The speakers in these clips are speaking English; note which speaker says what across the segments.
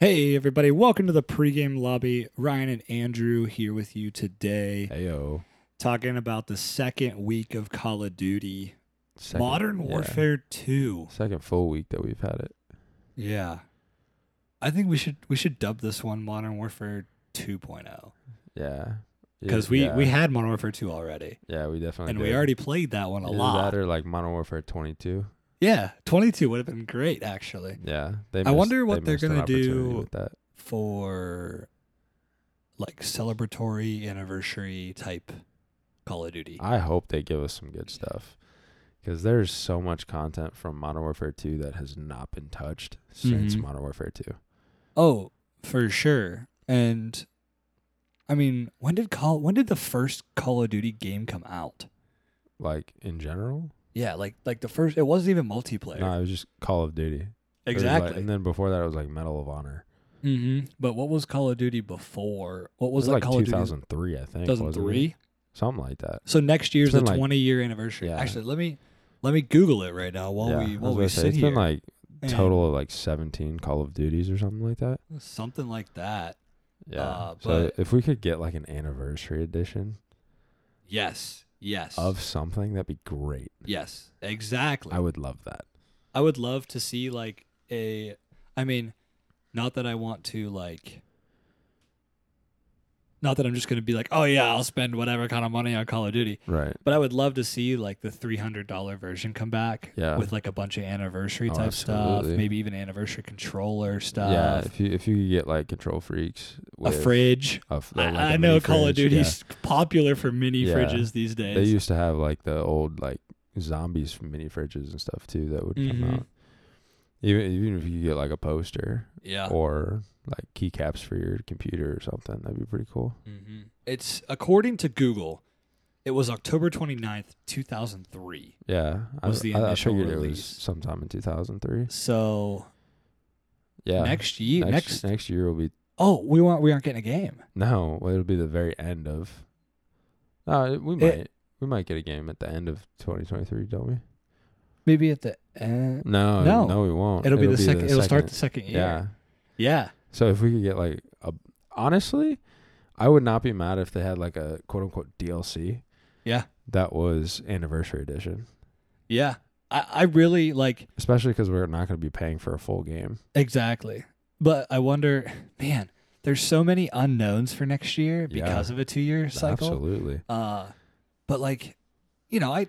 Speaker 1: Hey, everybody. Welcome to the pregame lobby. Ryan and Andrew here with you today,
Speaker 2: Ayo.
Speaker 1: talking about the second week of Call of Duty
Speaker 2: Second,
Speaker 1: Modern
Speaker 2: yeah.
Speaker 1: Warfare 2.
Speaker 2: Second full week that we've had it.
Speaker 1: Yeah. I think we should we should dub this one Modern Warfare 2.0
Speaker 2: Yeah. Yeah,
Speaker 1: because we,
Speaker 2: yeah.
Speaker 1: we had Modern Warfare 2 already
Speaker 2: yeah we definitely
Speaker 1: and
Speaker 2: did.
Speaker 1: we already played that one a
Speaker 2: Either
Speaker 1: lot.
Speaker 2: that or like Modern Warfare 22.
Speaker 1: Yeah, 22 would have been great actually
Speaker 2: Yeah. They
Speaker 1: I wonder what they're
Speaker 2: they missed an
Speaker 1: gonna
Speaker 2: opportunity
Speaker 1: do
Speaker 2: with that.
Speaker 1: for like celebratory anniversary type Call of Duty.
Speaker 2: I hope they give us some good stuff because there's so much content from Modern Warfare 2 that has not been touched since
Speaker 1: Mhm.
Speaker 2: Modern Warfare 2.
Speaker 1: Oh, for sure. And I mean, when did call when did the first Call of Duty game come out?
Speaker 2: Like in general,
Speaker 1: Yeah, like like the first it wasn't even multiplayer.
Speaker 2: no, it was just Call of Duty. It was like-
Speaker 1: exactly.
Speaker 2: and then before that, it was like Medal of Honor.
Speaker 1: mm-hmm. But what was Call of Duty before? What was
Speaker 2: it
Speaker 1: that
Speaker 2: was like
Speaker 1: Call of Duty
Speaker 2: 2003, I think. wasn't it?
Speaker 1: 2003?
Speaker 2: Something like that.
Speaker 1: So next year's the
Speaker 2: been like-
Speaker 1: 20 year anniversary.
Speaker 2: Yeah.
Speaker 1: Actually, let me let me google it right now while
Speaker 2: yeah, I
Speaker 1: we
Speaker 2: was
Speaker 1: while
Speaker 2: gonna
Speaker 1: we
Speaker 2: say,
Speaker 1: sit
Speaker 2: it's
Speaker 1: here.
Speaker 2: been like
Speaker 1: And
Speaker 2: total of like 17 Call of Duties or something like that.
Speaker 1: something like that.
Speaker 2: Yeah.
Speaker 1: Uh,
Speaker 2: so
Speaker 1: but-
Speaker 2: if we could get like an anniversary edition
Speaker 1: Yes. Yes.
Speaker 2: of something, that'd be great.
Speaker 1: yes. Exactly.
Speaker 2: I would love that.
Speaker 1: I would love to see like a I mean, not that I want to like not that I'm just going to be like, "Oh yeah, I'll spend whatever kind of money on Call of Duty."
Speaker 2: Right.
Speaker 1: But I would love to see like the $300 version come back
Speaker 2: Yeah.
Speaker 1: with like a bunch of anniversary
Speaker 2: Oh,
Speaker 1: type stuff,
Speaker 2: absolutely.
Speaker 1: maybe even anniversary controller stuff.
Speaker 2: yeah. If you if you could get like Control Freaks,
Speaker 1: Uh, a
Speaker 2: with
Speaker 1: fridge.
Speaker 2: a f-
Speaker 1: I,
Speaker 2: like a
Speaker 1: I
Speaker 2: mini
Speaker 1: know Call of
Speaker 2: fridge, yeah.
Speaker 1: Duty's popular for mini
Speaker 2: Yeah.
Speaker 1: fridges these
Speaker 2: They
Speaker 1: days.
Speaker 2: used to have like the old like zombies mini fridges and stuff too that would
Speaker 1: Mhm.
Speaker 2: come out. Even even if you get like a poster
Speaker 1: yeah.
Speaker 2: or like keycaps for your computer or something, that'd be pretty cool.
Speaker 1: Mm-hmm. It's according to Google, it was October 29th, 2003.
Speaker 2: Yeah,
Speaker 1: Was
Speaker 2: I,
Speaker 1: the
Speaker 2: I- I
Speaker 1: initial
Speaker 2: figured it was
Speaker 1: release.
Speaker 2: sometime in 2003.
Speaker 1: So
Speaker 2: Yeah,
Speaker 1: next year, next,
Speaker 2: next next year will be
Speaker 1: oh, we want we aren't getting a game.
Speaker 2: No, well, it'll be the very end of. No, we might
Speaker 1: It-
Speaker 2: we might get a game at the end of 2023, don't we?
Speaker 1: Maybe at the end,
Speaker 2: No,
Speaker 1: No.
Speaker 2: no, we won't.
Speaker 1: it'll, be the second. it'll start the second year.
Speaker 2: yeah.
Speaker 1: yeah.
Speaker 2: So if we could get like a, honestly, I would not be mad if they had like a quote unquote DLC.
Speaker 1: Yeah.
Speaker 2: That was anniversary edition,
Speaker 1: Yeah. I, I really like
Speaker 2: especially because we're not going to be paying for a full game.
Speaker 1: exactly, but I wonder, man. There's so many unknowns for next year
Speaker 2: Yeah.
Speaker 1: because of a two-year cycle.
Speaker 2: Absolutely.
Speaker 1: Uh, but like, you know, I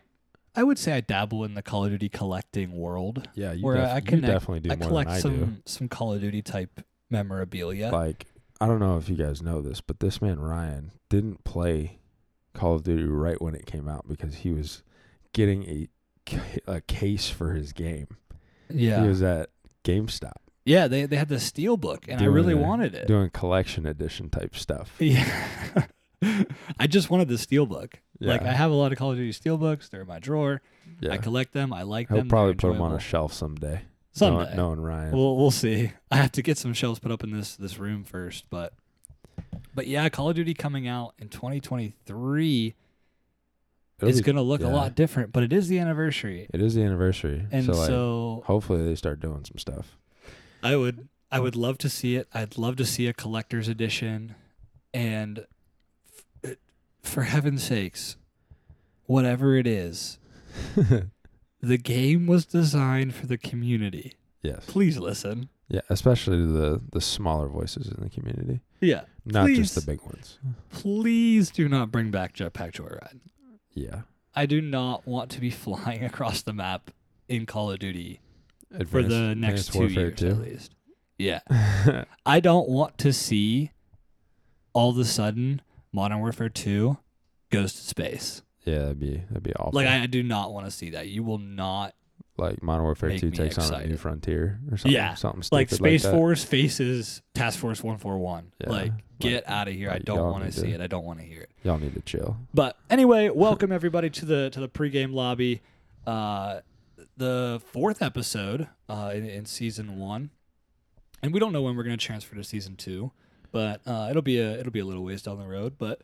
Speaker 1: I would say I dabble in the Call of Duty collecting world.
Speaker 2: Yeah, you,
Speaker 1: Where
Speaker 2: def-
Speaker 1: uh, I
Speaker 2: you
Speaker 1: connect-
Speaker 2: definitely do
Speaker 1: I
Speaker 2: more
Speaker 1: collect
Speaker 2: than I
Speaker 1: some
Speaker 2: do.
Speaker 1: some Call of Duty type memorabilia.
Speaker 2: like I don't know if you guys know this, but this man Ryan didn't play Call of Duty right when it came out because he was getting a ca- a case for his game.
Speaker 1: yeah,
Speaker 2: He was at GameStop
Speaker 1: yeah. They they had the steel book, and I
Speaker 2: Doing
Speaker 1: really
Speaker 2: a-
Speaker 1: wanted it.
Speaker 2: doing collection edition type stuff.
Speaker 1: Yeah, I just wanted the steel book.
Speaker 2: Yeah,
Speaker 1: Like I have a lot of Call of Duty steel books. They're in my drawer.
Speaker 2: yeah.
Speaker 1: I collect them. I like
Speaker 2: He'll
Speaker 1: them. They're
Speaker 2: probably put him on
Speaker 1: enjoyable.
Speaker 2: a shelf someday.
Speaker 1: someday.
Speaker 2: Knowing, knowing Ryan,
Speaker 1: We'll we'll see. I have to get some shelves put up in this this room first, but but yeah, Call of Duty coming out in 2023
Speaker 2: It'll
Speaker 1: is
Speaker 2: be-
Speaker 1: going to look a
Speaker 2: yeah.
Speaker 1: lot different, but it is the anniversary.
Speaker 2: It is the anniversary,
Speaker 1: And
Speaker 2: so, like,
Speaker 1: so
Speaker 2: hopefully they start doing some stuff.
Speaker 1: I would I would love to see it. I'd love to see a collector's edition, and f- for heaven's sakes, whatever it is, the game was designed for the community.
Speaker 2: yes,
Speaker 1: Please listen.
Speaker 2: yeah, especially the the smaller voices in the community,
Speaker 1: Yeah,
Speaker 2: not just the
Speaker 1: Please.
Speaker 2: big ones.
Speaker 1: please do not bring back Jetpack Joyride.
Speaker 2: Yeah,
Speaker 1: I do not want to be flying across the map in Call of Duty for
Speaker 2: Advanced-
Speaker 1: the next
Speaker 2: Advanced
Speaker 1: two
Speaker 2: Warfare
Speaker 1: years
Speaker 2: 2.
Speaker 1: at least. Yeah. I don't want to see all of a sudden Modern Warfare 2 goes to space.
Speaker 2: yeah, that'd be that'd be awful.
Speaker 1: Like I, I do not want to see that. You will not
Speaker 2: like Modern Warfare
Speaker 1: Make
Speaker 2: Two
Speaker 1: me
Speaker 2: takes on a new
Speaker 1: excited.
Speaker 2: frontier or something.
Speaker 1: Yeah,
Speaker 2: something stupid
Speaker 1: like Space
Speaker 2: that.
Speaker 1: Force faces Task Force 141.
Speaker 2: Yeah,
Speaker 1: Like
Speaker 2: like-
Speaker 1: get out of here. I
Speaker 2: like,
Speaker 1: don't
Speaker 2: y'all
Speaker 1: want to
Speaker 2: need
Speaker 1: see
Speaker 2: to-
Speaker 1: it. I don't want to hear it.
Speaker 2: Y'all need to chill.
Speaker 1: But anyway, welcome everybody to the to the pregame lobby. Uh the fourth episode uh in, in season 1. And we don't know when we're going to transfer to season 2, but uh it'll be a it'll be a little ways down the road, but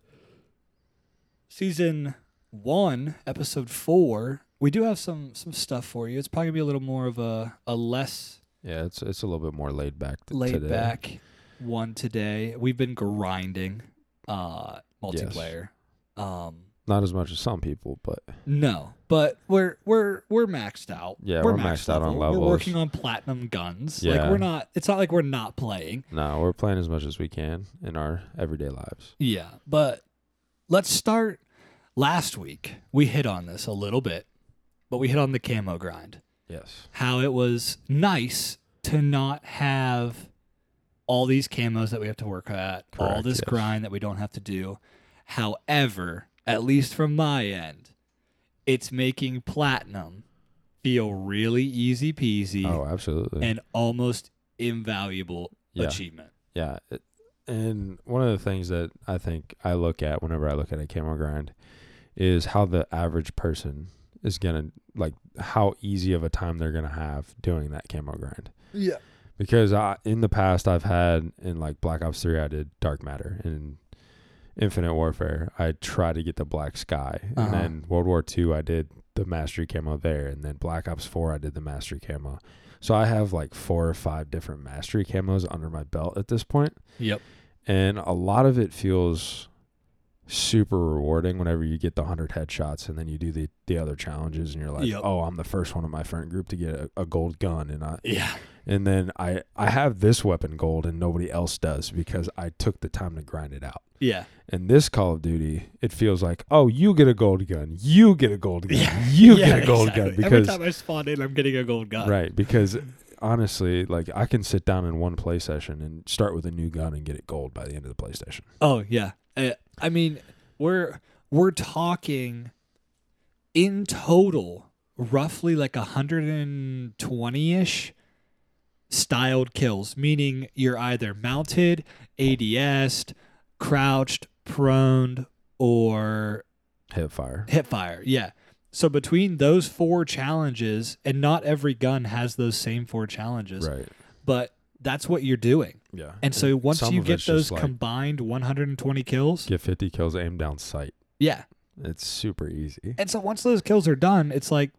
Speaker 1: season 1, episode 4, we do have some some stuff for you. It's probably going to be a little more of a a less
Speaker 2: Yeah, it's it's a little bit more laid back. T-
Speaker 1: laid
Speaker 2: today.
Speaker 1: back one today. We've been grinding uh multiplayer. Um
Speaker 2: Not as much as some people, but
Speaker 1: no, but we're we're we're maxed out.
Speaker 2: Yeah,
Speaker 1: we're,
Speaker 2: we're maxed out on
Speaker 1: We're
Speaker 2: levels.
Speaker 1: working on platinum guns. Like
Speaker 2: Yeah.
Speaker 1: we're not it's not like we're not playing.
Speaker 2: no, we're playing as much as we can in our everyday lives.
Speaker 1: Yeah, but let's start last week. We hit on this a little bit, but we hit on the camo grind.
Speaker 2: Yes.
Speaker 1: How it was nice to not have all these camos that we have to work at, all
Speaker 2: Correct,
Speaker 1: this
Speaker 2: yes.
Speaker 1: grind that we don't have to do. However, at least from my end, it's making platinum feel really easy peasy
Speaker 2: Oh, absolutely.
Speaker 1: and almost invaluable
Speaker 2: Yeah.
Speaker 1: achievement.
Speaker 2: Yeah. it- and one of the things that I think I look at whenever I look at a camo grind is how the average person is going to, like, how easy of a time they're going to have doing that camo grind.
Speaker 1: Yeah.
Speaker 2: Because I, in the past, I've had, in like Black Ops 3, I did Dark Matter. And Infinite Warfare, I tried to get the Black Sky.
Speaker 1: Uh-huh.
Speaker 2: And then World War II, I did the Mastery camo there. And then Black Ops 4, I did the Mastery camo. So I have like four or five different Mastery camos under my belt at this point
Speaker 1: Yep.
Speaker 2: and a lot of it feels super rewarding whenever you get the 100 headshots and then you do the, the other challenges and you're like
Speaker 1: Yep.
Speaker 2: oh i'm the first one in my friend group to get a, a gold gun and i
Speaker 1: Yeah.
Speaker 2: and then i i have this weapon gold and nobody else does because i took the time to grind it out
Speaker 1: Yeah.
Speaker 2: and this call of duty it feels like oh you get a gold gun you get a gold gun
Speaker 1: Yeah.
Speaker 2: you
Speaker 1: Yeah,
Speaker 2: get a gold
Speaker 1: exactly.
Speaker 2: gun because
Speaker 1: every time I spawn in, I'm getting a gold gun.
Speaker 2: right because honestly like i can sit down in one play session and start with a new gun and get it gold by the end of the play session
Speaker 1: Oh yeah. Uh, I mean, we're we're talking in total roughly like 120ish styled kills, meaning you're either mounted, ADS'd, crouched, proned, or
Speaker 2: hip fire
Speaker 1: hip fire. Yeah. So between those four challenges, and not every gun has those same four challenges,
Speaker 2: Right.
Speaker 1: but that's what you're doing.
Speaker 2: Yeah.
Speaker 1: And so once
Speaker 2: some
Speaker 1: you
Speaker 2: of
Speaker 1: get
Speaker 2: it's just
Speaker 1: those
Speaker 2: like,
Speaker 1: combined 120 kills,
Speaker 2: get 50 kills, aim down sight.
Speaker 1: yeah.
Speaker 2: It's super easy.
Speaker 1: And so once those kills are done, it's like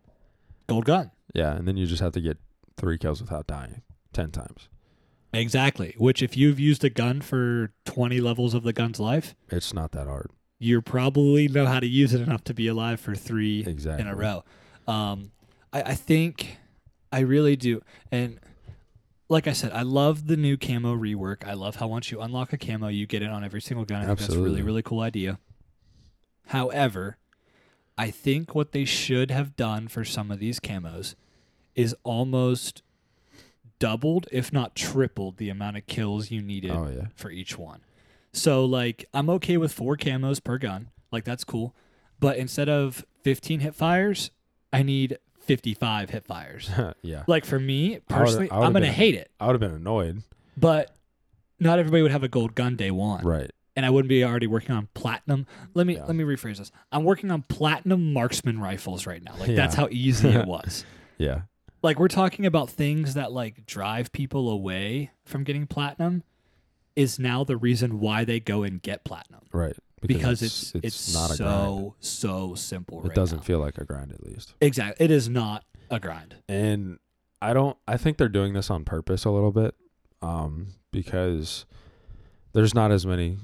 Speaker 1: gold gun.
Speaker 2: Yeah, and then you just have to get three kills without dying ten times.
Speaker 1: Exactly. Which if you've used a gun for 20 levels of the gun's life,
Speaker 2: It's not that hard.
Speaker 1: you probably know how to use it enough to be alive for three
Speaker 2: Exactly.
Speaker 1: in a row. Um, I, I think I really do. And like I said, I love the new camo rework. I love how once you unlock a camo, you get it on every single gun. I think that's a really,
Speaker 2: Absolutely.
Speaker 1: really cool idea. However, I think what they should have done for some of these camos is almost doubled, if not tripled, the amount of kills you needed
Speaker 2: Oh yeah.
Speaker 1: for each one. So like I'm okay with four camos per gun. Like that's cool. But instead of 15 hit fires, I need 55 hit fires.
Speaker 2: yeah.
Speaker 1: Like for me personally,
Speaker 2: I would've
Speaker 1: I'm going to
Speaker 2: been-
Speaker 1: hate it.
Speaker 2: I would have been annoyed.
Speaker 1: But not everybody would have a gold gun day one.
Speaker 2: Right.
Speaker 1: And I wouldn't be already working on platinum. Let me
Speaker 2: Yeah.
Speaker 1: let me rephrase this. I'm working on platinum marksman rifles right now. Like
Speaker 2: Yeah.
Speaker 1: that's how easy it was.
Speaker 2: Yeah.
Speaker 1: Like we're talking about things that like drive people away from getting platinum is now the reason why they go and get platinum
Speaker 2: Right.
Speaker 1: because it's it's,
Speaker 2: not a grind.
Speaker 1: so so simple.
Speaker 2: It
Speaker 1: right
Speaker 2: doesn't
Speaker 1: now.
Speaker 2: feel like a grind at least.
Speaker 1: exactly. It is not a grind.
Speaker 2: and I don't I think they're doing this on purpose a little bit um because there's not as many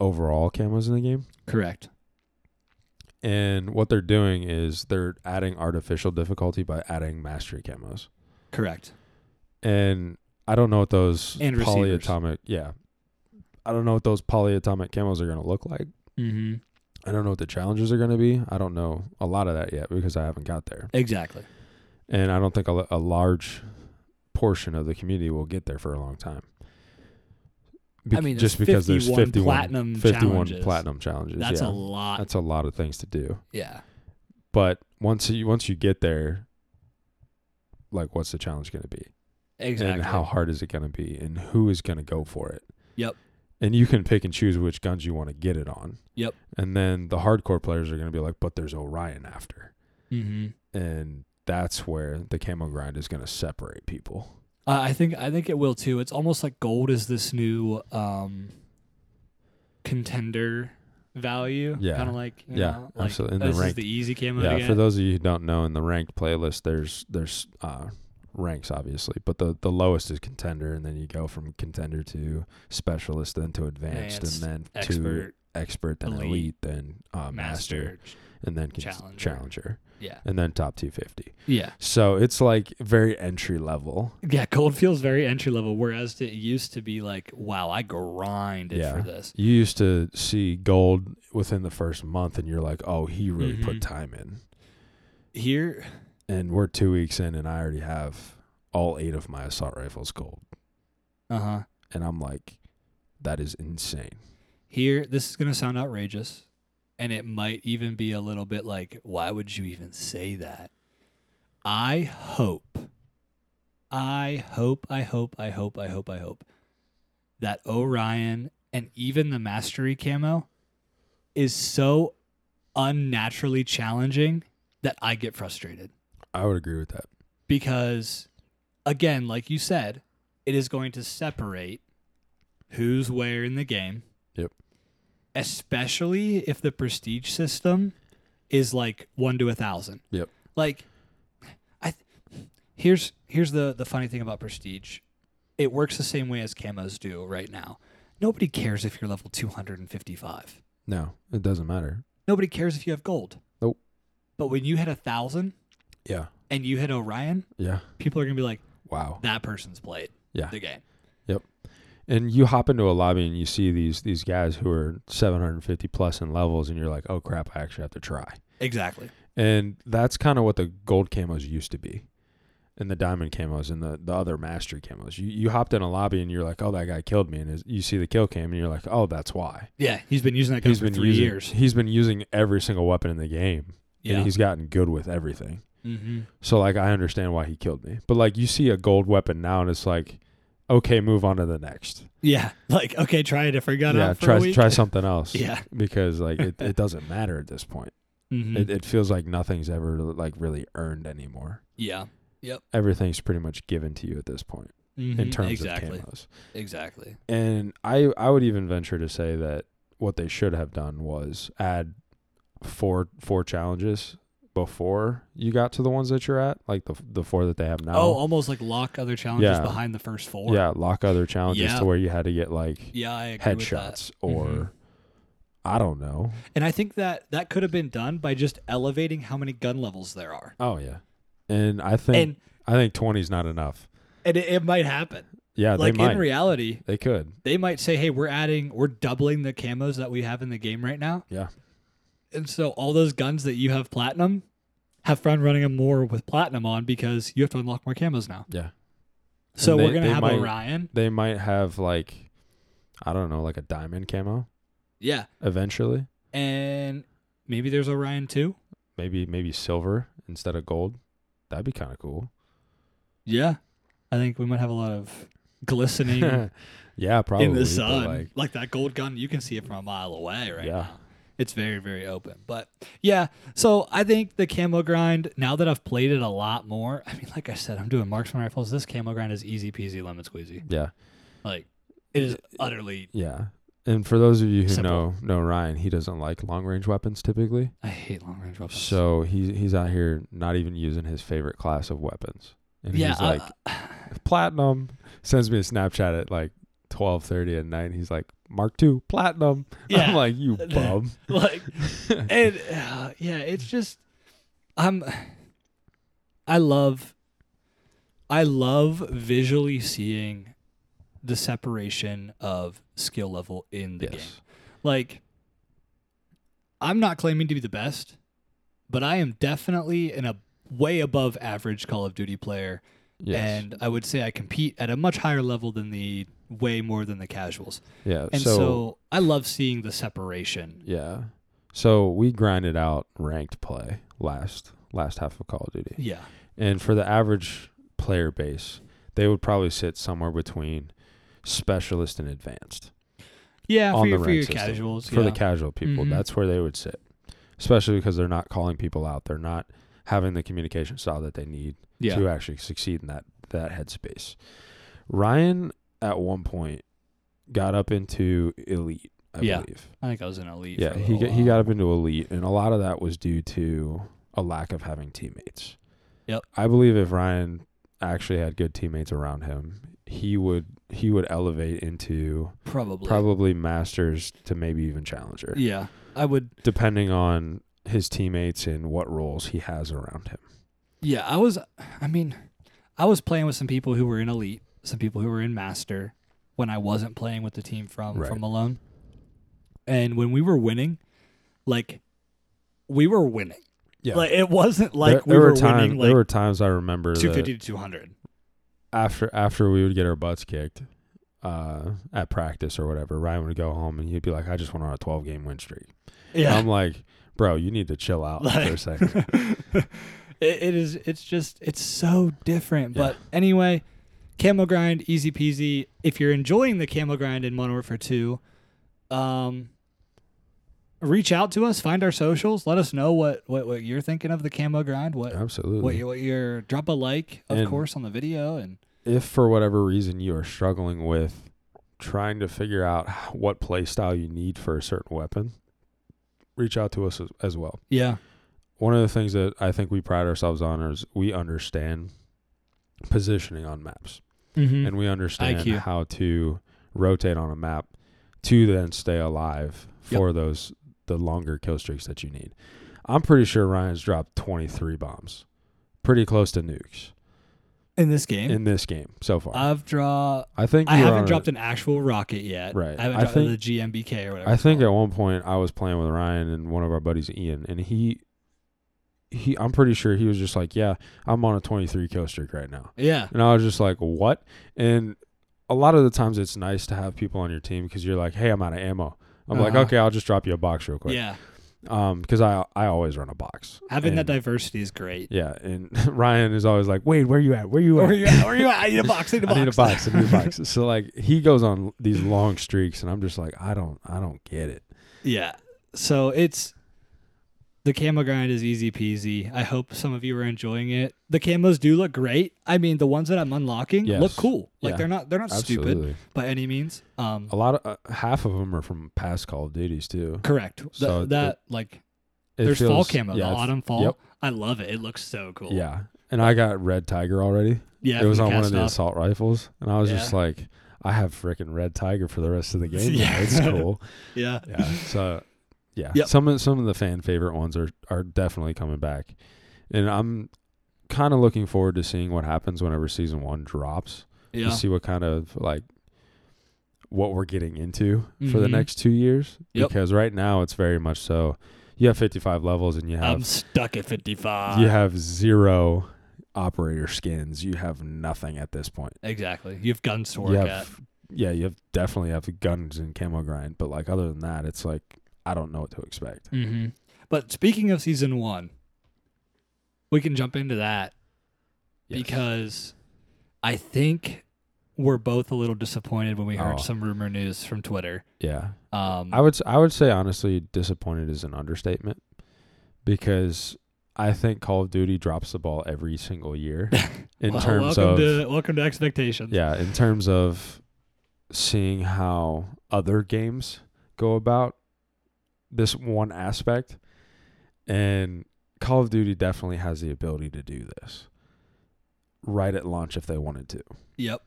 Speaker 2: overall camos in the game
Speaker 1: Correct.
Speaker 2: and what they're doing is they're adding artificial difficulty by adding mastery camos
Speaker 1: Correct.
Speaker 2: and I don't know what those
Speaker 1: And receivers.
Speaker 2: polyatomic yeah I don't know what those polyatomic camos are going to look like
Speaker 1: Mm-hmm.
Speaker 2: I don't know what the challenges are going to be I don't know a lot of that yet because I haven't got there
Speaker 1: Exactly.
Speaker 2: and I don't think a, a large portion of the community will get there for a long time. Be-
Speaker 1: I mean,
Speaker 2: just
Speaker 1: there's
Speaker 2: because there's
Speaker 1: 51
Speaker 2: 51
Speaker 1: platinum
Speaker 2: 51
Speaker 1: challenges.
Speaker 2: platinum challenges.
Speaker 1: That's
Speaker 2: yeah.
Speaker 1: a lot.
Speaker 2: That's a lot of things to do.
Speaker 1: yeah.
Speaker 2: But once you once you get there, like what's the challenge going to be,
Speaker 1: Exactly.
Speaker 2: and how hard is it going to be, and who is going to go for it?
Speaker 1: Yep.
Speaker 2: And you can pick and choose which guns you want to get it on.
Speaker 1: Yep.
Speaker 2: And then the hardcore players are going to be like, but there's Orion after,
Speaker 1: Mm-hmm.
Speaker 2: and that's where the camo grind is going to separate people.
Speaker 1: Uh, I think I think it will too. It's almost like gold is this new um, contender value.
Speaker 2: Yeah.
Speaker 1: Kind of like you
Speaker 2: Yeah,
Speaker 1: know, like,
Speaker 2: absolutely. And the
Speaker 1: this is
Speaker 2: ranked-
Speaker 1: the easy camo.
Speaker 2: Yeah,
Speaker 1: to
Speaker 2: for
Speaker 1: get.
Speaker 2: those of you who don't know, in the ranked playlist, there's there's uh, ranks obviously, but the the lowest is contender, and then you go from contender to specialist, then to advanced,
Speaker 1: Advanced,
Speaker 2: and then to
Speaker 1: expert,
Speaker 2: expert, then elite,
Speaker 1: elite,
Speaker 2: then uh, master,
Speaker 1: master.
Speaker 2: and then cons-
Speaker 1: challenger.
Speaker 2: challenger,
Speaker 1: Yeah.
Speaker 2: and then top two fifty.
Speaker 1: Yeah.
Speaker 2: So it's like very entry level.
Speaker 1: Yeah, gold feels very entry level, whereas it used to be like, wow, I grinded
Speaker 2: Yeah.
Speaker 1: for this.
Speaker 2: You used to see gold within the first month, and you're like, oh, he really put
Speaker 1: Mhm.
Speaker 2: time in.
Speaker 1: Here,
Speaker 2: And we're two weeks in, and I already have all eight of my assault rifles gold,
Speaker 1: uh huh.
Speaker 2: and I'm like, that is insane.
Speaker 1: Here, this is gonna sound outrageous, and it might even be a little bit like, why would you even say that? I hope, I hope, I hope, I hope, I hope, I hope that Orion and even the Mastery camo is so unnaturally challenging that I get frustrated.
Speaker 2: I would agree with that.
Speaker 1: because again like you said it is going to separate who's where in the game
Speaker 2: Yep.
Speaker 1: especially if the prestige system is like 1 to a 1000
Speaker 2: Yep.
Speaker 1: like i th- here's here's the the funny thing about prestige it works the same way as camos do right now nobody cares if you're level 255
Speaker 2: No, it doesn't matter.
Speaker 1: nobody cares if you have gold
Speaker 2: Nope.
Speaker 1: but when you hit a thousand
Speaker 2: Yeah.
Speaker 1: and you hit orion
Speaker 2: Yeah.
Speaker 1: people are gonna be like
Speaker 2: Wow.
Speaker 1: that person's played
Speaker 2: Yeah.
Speaker 1: the game
Speaker 2: And you hop into a lobby and you see these these guys who are 750 plus in levels, and you're like, oh crap, I actually have to try.
Speaker 1: Exactly.
Speaker 2: And that's kind of what the gold camos used to be, and the diamond camos and the the other mastery camos. You you hopped in a lobby and you're like, oh that guy killed me, and his, you see the kill cam and you're like, oh that's why.
Speaker 1: Yeah, he's been using that gun
Speaker 2: he's
Speaker 1: for
Speaker 2: been
Speaker 1: three
Speaker 2: using
Speaker 1: years.
Speaker 2: he's been using every single weapon in the game,
Speaker 1: Yeah.
Speaker 2: and he's gotten good with everything.
Speaker 1: mm-hmm.
Speaker 2: So like I understand why he killed me. But like you see a gold weapon now and it's like, okay, move on to the next.
Speaker 1: Yeah. Like, okay, try a different gun.
Speaker 2: yeah,
Speaker 1: out for
Speaker 2: try
Speaker 1: a week.
Speaker 2: try something else.
Speaker 1: Yeah.
Speaker 2: Because like it, it doesn't matter at this point.
Speaker 1: Mhm.
Speaker 2: It it feels like nothing's ever like really earned anymore.
Speaker 1: yeah.
Speaker 2: Everything's pretty much given to you at this point in
Speaker 1: Mhm.
Speaker 2: terms
Speaker 1: exactly.
Speaker 2: of camos.
Speaker 1: Exactly.
Speaker 2: And I I would even venture to say that what they should have done was add four four challenges before you got to the ones that you're at, like the the four that they have now.
Speaker 1: Oh, almost like lock other challenges
Speaker 2: Yeah.
Speaker 1: behind the first four.
Speaker 2: Yeah, lock other challenges
Speaker 1: Yeah.
Speaker 2: to where you had to get like
Speaker 1: Yeah, I agree with that.
Speaker 2: headshots or
Speaker 1: Mhm.
Speaker 2: I don't know.
Speaker 1: And I think that that could have been done by just elevating how many gun levels there are.
Speaker 2: Oh yeah. And I think
Speaker 1: And
Speaker 2: I think 20 is not enough.
Speaker 1: and it, it might happen.
Speaker 2: Yeah,
Speaker 1: like
Speaker 2: Uh, they might.
Speaker 1: in reality,
Speaker 2: they could.
Speaker 1: they might say, "Hey, we're adding, we're doubling the camos that we have in the game right now."
Speaker 2: Yeah.
Speaker 1: And so all those guns that you have platinum, have fun running them more with platinum on because you have to unlock more camos now.
Speaker 2: Yeah.
Speaker 1: So
Speaker 2: they-
Speaker 1: we're gonna
Speaker 2: they
Speaker 1: have
Speaker 2: might-
Speaker 1: Orion.
Speaker 2: They might have like I don't know, like a diamond camo
Speaker 1: Yeah.
Speaker 2: eventually.
Speaker 1: And maybe there's Orion too.
Speaker 2: Maybe maybe silver instead of gold. That'd be kind of cool.
Speaker 1: Yeah. I think we might have a lot of glistening
Speaker 2: yeah, probably.
Speaker 1: in the
Speaker 2: but,
Speaker 1: sun. Like,
Speaker 2: like,
Speaker 1: that gold gun, you can see it from a mile away right
Speaker 2: Yeah.
Speaker 1: now. It's very, very open. But yeah, so I think the camo grind, now that I've played it a lot more, I mean, like I said, I'm doing marksman rifles. This camo grind is easy peasy lemon squeezy.
Speaker 2: yeah.
Speaker 1: Like it is utterly
Speaker 2: Yeah. And for those of you who
Speaker 1: Simple.
Speaker 2: know know Ryan, he doesn't like long range weapons typically.
Speaker 1: I hate long range weapons.
Speaker 2: So he's he's out here not even using his favorite class of weapons, and
Speaker 1: yeah,
Speaker 2: he's like platinum. Sends me a Snapchat at like twelve thirty at night. And he's like Mark II platinum.
Speaker 1: Yeah.
Speaker 2: I'm like you bum.
Speaker 1: like and uh, yeah it's just i'm i love i love visually seeing the separation of skill level in the game
Speaker 2: yes,
Speaker 1: like i'm not claiming to be the best but i am definitely in a way above average call of duty player
Speaker 2: yes,
Speaker 1: and i would say i compete at a much higher level than the way more than the casuals
Speaker 2: yeah.
Speaker 1: and
Speaker 2: so,
Speaker 1: so i love seeing the separation
Speaker 2: yeah, so we grinded out ranked play last last half of Call of Duty,
Speaker 1: yeah
Speaker 2: and for the average player base, they would probably sit somewhere between specialist and advanced.
Speaker 1: Yeah, for
Speaker 2: on
Speaker 1: your,
Speaker 2: the
Speaker 1: for
Speaker 2: rank
Speaker 1: your
Speaker 2: system.
Speaker 1: casuals.
Speaker 2: for
Speaker 1: yeah.
Speaker 2: the casual people.
Speaker 1: Mhm.
Speaker 2: That's where they would sit, especially because they're not calling people out. They're not having the communication style that they need
Speaker 1: yeah.
Speaker 2: to actually succeed in that that headspace. Ryan at one point got up into elite, I
Speaker 1: Yeah.
Speaker 2: believe.
Speaker 1: I think I was in elite.
Speaker 2: Yeah,
Speaker 1: for a
Speaker 2: he
Speaker 1: little
Speaker 2: got, he
Speaker 1: while.
Speaker 2: got up into elite, and a lot of that was due to a lack of having teammates.
Speaker 1: Yep.
Speaker 2: I believe if Ryan actually had good teammates around him, he would he would elevate into
Speaker 1: Probably.
Speaker 2: probably masters to maybe even challenger,
Speaker 1: Yeah. I would
Speaker 2: depending on his teammates and what roles he has around him.
Speaker 1: Yeah, I was. I mean, I was playing with some people who were in elite, some people who were in master, when I wasn't playing with the team from
Speaker 2: Right.
Speaker 1: from Malone. And when we were winning, like we were winning.
Speaker 2: Yeah.
Speaker 1: Like it wasn't like we were,
Speaker 2: time-
Speaker 1: winning
Speaker 2: there
Speaker 1: like
Speaker 2: were times I remember
Speaker 1: two
Speaker 2: that
Speaker 1: fifty to two hundred.
Speaker 2: after after we would get our butts kicked uh, at practice or whatever. Ryan would go home and he'd be like, "I just went on a twelve game win streak."
Speaker 1: Yeah,
Speaker 2: I'm like, "Bro, you need to chill out for a
Speaker 1: Like-
Speaker 2: second.
Speaker 1: it, it is. It's just. It's so different.
Speaker 2: Yeah.
Speaker 1: But anyway, camo grind, easy peasy. If you're enjoying the camo grind in Modern Warfare Two, um, reach out to us. Find our socials. Let us know what what, what you're thinking of the camo grind. What what
Speaker 2: Absolutely.
Speaker 1: you what you're. Drop a like, of
Speaker 2: And-
Speaker 1: course, on the video. And
Speaker 2: if for whatever reason you are struggling with trying to figure out h- what play style you need for a certain weapon, reach out to us as, as well.
Speaker 1: yeah,
Speaker 2: One of the things that I think we pride ourselves on is we understand positioning on maps.
Speaker 1: mm-hmm.
Speaker 2: and we understand
Speaker 1: IQ.
Speaker 2: how to rotate on a map to then stay alive
Speaker 1: Yep.
Speaker 2: for those the longer kill streaks that you need. I'm pretty sure Ryan's dropped 23 bombs, pretty close to nukes
Speaker 1: in this game,
Speaker 2: in this game so far.
Speaker 1: I've draw.
Speaker 2: I think
Speaker 1: Uh, I
Speaker 2: you're
Speaker 1: haven't
Speaker 2: on a-
Speaker 1: dropped an actual rocket yet.
Speaker 2: Right.
Speaker 1: I haven't
Speaker 2: I
Speaker 1: dropped uh,
Speaker 2: think-
Speaker 1: the GMBK or whatever.
Speaker 2: I
Speaker 1: it's
Speaker 2: think
Speaker 1: called.
Speaker 2: at one point I was playing with Ryan and one of our buddies Ian, and he he I'm pretty sure he was just like, yeah, I'm on a 23 kill streak right now.
Speaker 1: Yeah.
Speaker 2: And I was just like, what? And a lot of the times it's nice to have people on your team because you're like, hey, I'm out of ammo. I'm like,
Speaker 1: Uh-huh.
Speaker 2: okay, I'll just drop you a box real quick.
Speaker 1: Yeah.
Speaker 2: Because I, I always run a box.
Speaker 1: Having that
Speaker 2: And-
Speaker 1: diversity is great.
Speaker 2: Yeah. And Ryan is always like, wait, where you at? Where you
Speaker 1: Where
Speaker 2: at?
Speaker 1: you at? Where you at? I need a box. I need a box.
Speaker 2: I need a box. I need a box. So like he goes on these long streaks, and I'm just like, I don't, I don't get it.
Speaker 1: yeah. So it's the camo grind is easy peasy. I hope some of you are enjoying it. The camos do look great. I mean, the ones that I'm unlocking
Speaker 2: Yes.
Speaker 1: look cool. Like
Speaker 2: Yeah.
Speaker 1: they're not they're not stupid
Speaker 2: Absolutely.
Speaker 1: by any means. Um,
Speaker 2: A lot of uh, half of them are from past Call of Duties too.
Speaker 1: correct. Th-
Speaker 2: So
Speaker 1: that like
Speaker 2: It
Speaker 1: there's fall
Speaker 2: feels-
Speaker 1: camo,
Speaker 2: yeah,
Speaker 1: the
Speaker 2: it's-
Speaker 1: autumn fall.
Speaker 2: yep.
Speaker 1: I love it. It looks so cool.
Speaker 2: Yeah. And I got Red Tiger already.
Speaker 1: Yeah.
Speaker 2: it was
Speaker 1: from
Speaker 2: on one of
Speaker 1: Cast
Speaker 2: the
Speaker 1: Off.
Speaker 2: assault rifles, and I was just
Speaker 1: Yeah.
Speaker 2: like, I have freaking red tiger for the rest of the game.
Speaker 1: Yeah.
Speaker 2: Yeah, it's cool.
Speaker 1: Yeah.
Speaker 2: Yeah, so yeah,
Speaker 1: Yep.
Speaker 2: some of some of the fan favorite ones are are definitely coming back, and I'm kind of looking forward to seeing what happens whenever season one drops
Speaker 1: Yeah.
Speaker 2: to see what kind of like what we're getting into for the
Speaker 1: Mhm.
Speaker 2: next two years.
Speaker 1: Yep.
Speaker 2: Because right now it's very much so. You have 55 levels, and you have
Speaker 1: I'm uh, stuck at 55.
Speaker 2: you have zero operator skins. You have nothing at this point.
Speaker 1: Exactly. You have guns to work
Speaker 2: you
Speaker 1: at.
Speaker 2: have, yeah, you have definitely have guns and camo grind, but like other than that, it's like I don't know what to expect.
Speaker 1: Mm-hmm. But speaking of season one, we can jump into that because I think we're both a little disappointed when we heard
Speaker 2: Oh.
Speaker 1: some rumor news from Twitter.
Speaker 2: yeah,
Speaker 1: Um,
Speaker 2: I would s- I would say honestly, disappointed is an understatement because I think Call of Duty drops the ball every single year in
Speaker 1: well,
Speaker 2: terms
Speaker 1: welcome
Speaker 2: of
Speaker 1: to, welcome to expectations.
Speaker 2: yeah, in terms of seeing how other games go about this one aspect and Call of Duty definitely has the ability to do this right at launch if they wanted to.
Speaker 1: Yep.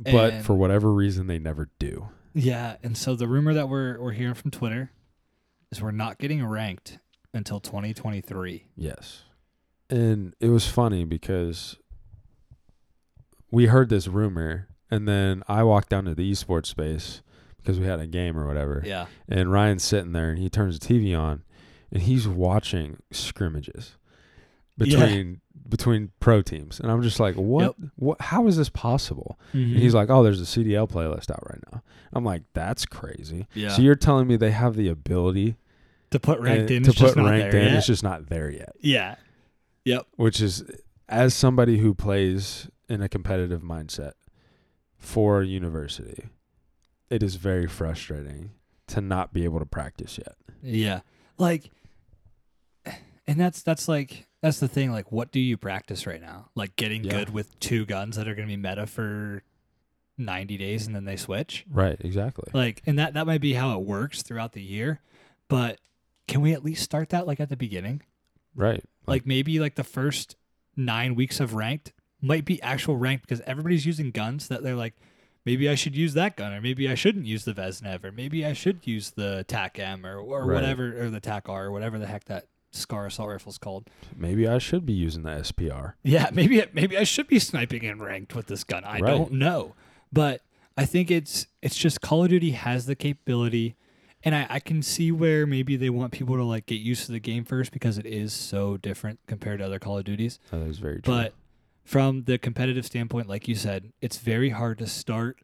Speaker 2: But
Speaker 1: And-
Speaker 2: for whatever reason they never do.
Speaker 1: Yeah. And so the rumor that we're we're hearing from Twitter is we're not getting ranked until 2023.
Speaker 2: Yes. And it was funny because we heard this rumor and then I walked down to the esports space because we had a game or whatever.
Speaker 1: Yeah.
Speaker 2: and Ryan's sitting there and he turns the TV on and he's watching scrimmages
Speaker 1: Yeah.
Speaker 2: between between pro teams and I'm just like what what how is this possible
Speaker 1: Mhm.
Speaker 2: and he's like oh there's a CDL playlist out right now I'm like that's crazy
Speaker 1: yeah.
Speaker 2: so you're telling me they have the ability
Speaker 1: to put
Speaker 2: uh,
Speaker 1: ranked in,
Speaker 2: to
Speaker 1: it's just
Speaker 2: put
Speaker 1: not
Speaker 2: ranked
Speaker 1: there
Speaker 2: in
Speaker 1: yet.
Speaker 2: it's just not there yet
Speaker 1: yeah.
Speaker 2: which is as somebody who plays in a competitive mindset for university it is very frustrating to not be able to practice yet
Speaker 1: Yeah. Like and that's that's like that's the thing like what do you practice right now? Like getting
Speaker 2: Yeah.
Speaker 1: good with two guns that are going to be meta for 90 days and then they switch.
Speaker 2: right exactly
Speaker 1: Like and that that might be how it works throughout the year, but can we at least start that like at the beginning?
Speaker 2: Right.
Speaker 1: Like maybe like the first 9 weeks of ranked might be actual ranked because everybody's using guns that they're like, maybe I should use that gun, or maybe I shouldn't use the Vesnev, or maybe I should use the TAC M, or, or
Speaker 2: Right.
Speaker 1: whatever, or the TAC R, or whatever the heck that SCAR assault rifle's called.
Speaker 2: Maybe I should be using the SPR.
Speaker 1: Yeah, maybe maybe I should be sniping in ranked with this gun. I
Speaker 2: Right.
Speaker 1: don't know, but I think it's it's just Call of Duty has the capability, and I, I can see where maybe they want people to like get used to the game first because it is so different compared to other Call of Duties.
Speaker 2: That is very true.
Speaker 1: But from the competitive standpoint, like you said, it's very hard to start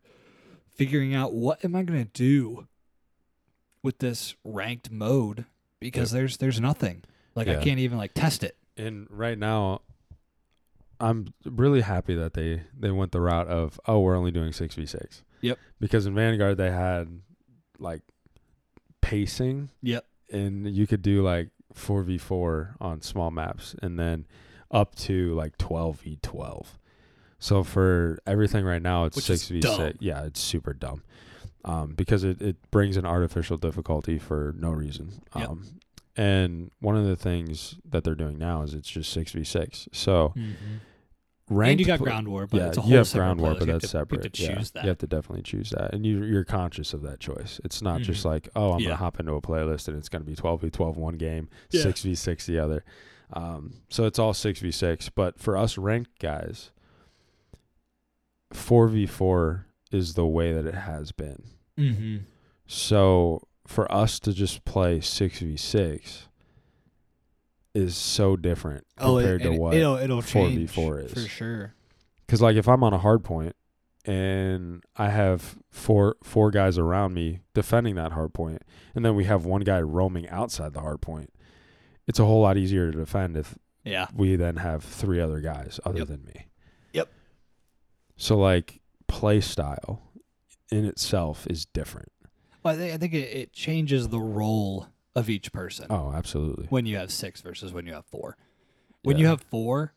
Speaker 1: figuring out what am I going to do with this ranked mode because there's there's nothing. Like
Speaker 2: Yeah.
Speaker 1: I can't even like test it.
Speaker 2: and right now, I'm really happy that they they went the route of oh we're only doing six v six.
Speaker 1: Yep.
Speaker 2: Because in Vanguard they had like pacing
Speaker 1: Yep.
Speaker 2: and you could do like 4v4 on small maps and then up to like 12v12 so for everything right now it's
Speaker 1: Which is
Speaker 2: 6v6
Speaker 1: dumb.
Speaker 2: yeah it's super dumb um, because it, it brings an artificial difficulty for no reason
Speaker 1: Yep.
Speaker 2: um, and one of the things that they're doing now is it's just 6v6 so Mm-hmm. ranked
Speaker 1: and you got
Speaker 2: pl-
Speaker 1: ground war, but
Speaker 2: yeah,
Speaker 1: it's a whole
Speaker 2: you have
Speaker 1: separate
Speaker 2: ground war,
Speaker 1: playlist.
Speaker 2: but
Speaker 1: You have
Speaker 2: that's
Speaker 1: to-
Speaker 2: separate.
Speaker 1: You have to
Speaker 2: yeah.
Speaker 1: choose that.
Speaker 2: You have to definitely choose that, and you, you're conscious of that choice. It's not just
Speaker 1: Mhm.
Speaker 2: like, oh, I'm
Speaker 1: Yeah.
Speaker 2: gonna hop into a playlist and it's gonna be 12 v 12 one game,
Speaker 1: Yeah.
Speaker 2: six v six the other. Um, so it's all six v six. But for us ranked guys, four v four is the way that it has been.
Speaker 1: Mm-hmm.
Speaker 2: So for us to just play six v six is so different Oh,
Speaker 1: Oh,
Speaker 2: compared to what
Speaker 1: it'll it'll
Speaker 2: 4v4
Speaker 1: change
Speaker 2: is.
Speaker 1: for sure.
Speaker 2: Because like if I'm on a hard point and I have four four guys around me defending that hard point, and then we have one guy roaming outside the hard point, it's a whole lot easier to defend if
Speaker 1: Yeah,
Speaker 2: we then have three other guys other
Speaker 1: Yep.
Speaker 2: than me.
Speaker 1: Yep.
Speaker 2: So like play style in itself is different.
Speaker 1: well, I think, I think it, it changes the role of each person
Speaker 2: Oh, absolutely.
Speaker 1: when you have six versus when you have four. When
Speaker 2: Yeah.
Speaker 1: you have four,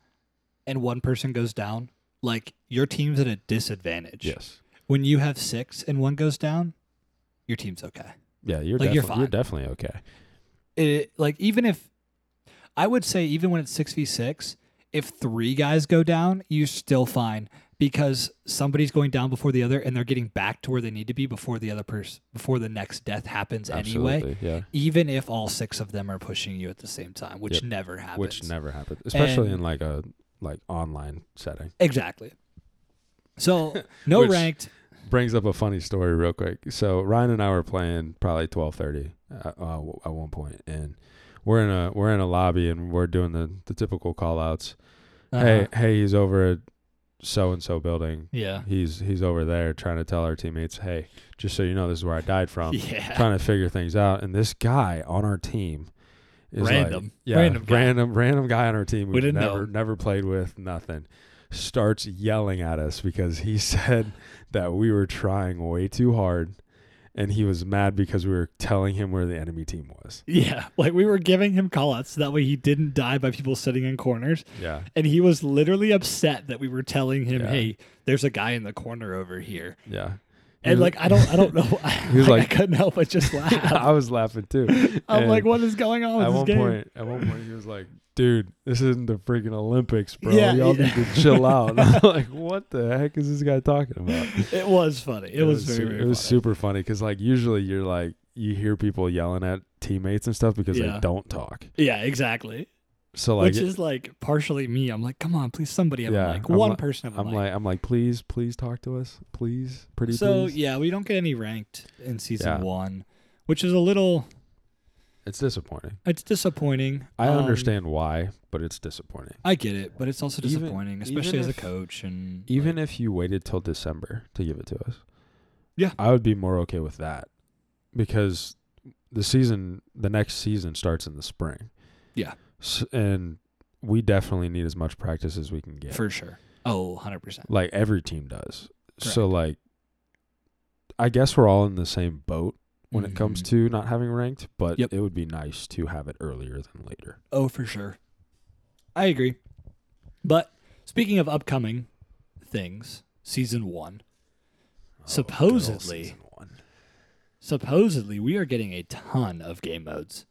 Speaker 1: and one person goes down, like your team's at a disadvantage.
Speaker 2: Yes.
Speaker 1: When you have six and one goes down, your team's okay.
Speaker 2: Yeah, you're
Speaker 1: Like,
Speaker 2: defi-
Speaker 1: you're
Speaker 2: you're,
Speaker 1: fine.
Speaker 2: definitely okay.
Speaker 1: it like even if I would say even when it's six v six, if three guys go down, you're still fine because somebody's going down before the other, and they're getting back to where they need to be before the other person before the next death happens anyway.
Speaker 2: Absolutely. Yeah.
Speaker 1: Even if all six of them are pushing you at the same time, which
Speaker 2: Yep.
Speaker 1: never happens.
Speaker 2: Which never happens, especially
Speaker 1: And-
Speaker 2: in like a like online setting.
Speaker 1: exactly. So no
Speaker 2: Which-
Speaker 1: ranked.
Speaker 2: brings up a funny story real quick. So Ryan and I were playing probably twelve thirty uh, uh, at one point, and we're in a we're in a lobby and we're doing the the typical call outs. Hey,
Speaker 1: uh-huh,
Speaker 2: hey, he's over at so and so building.
Speaker 1: Yeah.
Speaker 2: He's he's over there trying to tell our teammates, hey, just so you know, this is where I died from.
Speaker 1: yeah.
Speaker 2: um, Trying to figure things out, and this guy on our team is like-
Speaker 1: Random.
Speaker 2: yeah,
Speaker 1: Random guy.
Speaker 2: random, random guy on our team
Speaker 1: We
Speaker 2: we've
Speaker 1: didn't know
Speaker 2: never
Speaker 1: him.
Speaker 2: never played with nothing starts yelling at us because he said that we were trying way too hard and he was mad because we were telling him where the enemy team was
Speaker 1: Yeah. Like we were giving him call outs so that way he didn't die by people sitting in corners.
Speaker 2: yeah
Speaker 1: and he was literally upset that we were telling him,
Speaker 2: Yeah.
Speaker 1: "Hey, there's a guy in the corner over here."
Speaker 2: yeah
Speaker 1: And like, I don't, I don't know.
Speaker 2: He was like-
Speaker 1: I couldn't help but just laugh.
Speaker 2: i was laughing too
Speaker 1: I'm
Speaker 2: And
Speaker 1: like, what is going on with
Speaker 2: at
Speaker 1: this
Speaker 2: one
Speaker 1: game?
Speaker 2: point at one point he was like dude this isn't the freaking olympics bro
Speaker 1: Yeah,
Speaker 2: y'all
Speaker 1: yeah.
Speaker 2: need to chill out And i'm like what the heck is this guy talking about
Speaker 1: It was funny. It, was,
Speaker 2: su-
Speaker 1: very, very
Speaker 2: it was
Speaker 1: funny.
Speaker 2: super funny because like usually you're like you hear people yelling at teammates and stuff because
Speaker 1: Yeah.
Speaker 2: they don't talk.
Speaker 1: Yeah, exactly.
Speaker 2: So like
Speaker 1: Which is like partially me. I'm like, come on, please, somebody have
Speaker 2: Yeah,
Speaker 1: a mic.
Speaker 2: I'm
Speaker 1: One
Speaker 2: like-
Speaker 1: person have a
Speaker 2: I'm
Speaker 1: mic.
Speaker 2: like I'm like please please talk to us please pretty
Speaker 1: so
Speaker 2: please.
Speaker 1: yeah, we don't get any ranked in season
Speaker 2: Yeah.
Speaker 1: one, which is a little.
Speaker 2: It's disappointing.
Speaker 1: It's disappointing.
Speaker 2: I
Speaker 1: Um,
Speaker 2: understand why, but it's disappointing.
Speaker 1: I get it, but it's also
Speaker 2: Even-
Speaker 1: disappointing,
Speaker 2: even
Speaker 1: especially as a
Speaker 2: if-
Speaker 1: coach and
Speaker 2: Even if you waited till December to give it to us,
Speaker 1: Yeah.
Speaker 2: I would be more okay with that because the season the next season starts in the spring.
Speaker 1: Yeah.
Speaker 2: S- and we definitely need as much practice as we can get.
Speaker 1: for sure. Oh, 100%.
Speaker 2: like every team does. So like I guess we're all in the same boat when it comes
Speaker 1: Mhm.
Speaker 2: to not having ranked, but
Speaker 1: Yep.
Speaker 2: it would be nice to have it earlier than later.
Speaker 1: Oh, for sure. I agree. But speaking of upcoming things, season one, Supposedly.
Speaker 2: Oh, good old season one.
Speaker 1: supposedly we are getting a ton of game modes.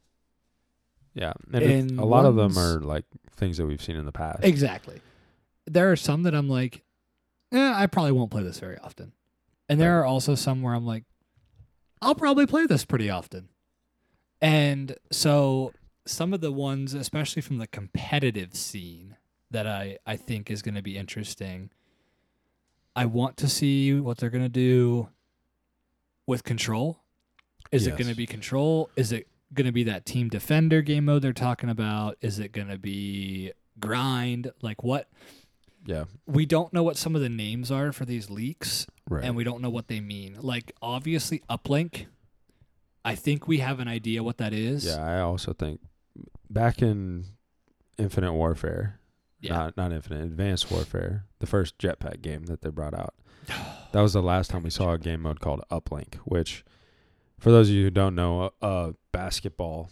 Speaker 2: Yeah. And, it-
Speaker 1: And
Speaker 2: a lot of them
Speaker 1: ones-
Speaker 2: are like things that we've seen in the past.
Speaker 1: Exactly. there are some that I'm like, eh, I probably won't play this very often, and there are also some where I'm like, I'll probably play this pretty often, and so some of the ones, especially from the competitive scene, that I I think is going to be interesting. I want to see what they're going to do with control. Is it
Speaker 2: Yes.
Speaker 1: going to be control? Is it going to be that team defender game mode they're talking about? Is it going to be grind? Like what?
Speaker 2: Yeah.
Speaker 1: We don't know what some of the names are for these leaks
Speaker 2: Right.
Speaker 1: and we don't know what they mean. Like obviously uplink. I think we have an idea what that is.
Speaker 2: yeah, I also think back in Infinite Warfare,
Speaker 1: Yeah.
Speaker 2: not not Infinite Advanced Warfare, the first jetpack game that they brought out. that was the last time we saw a game mode called Uplink, which for those of you who don't know, a, a basketball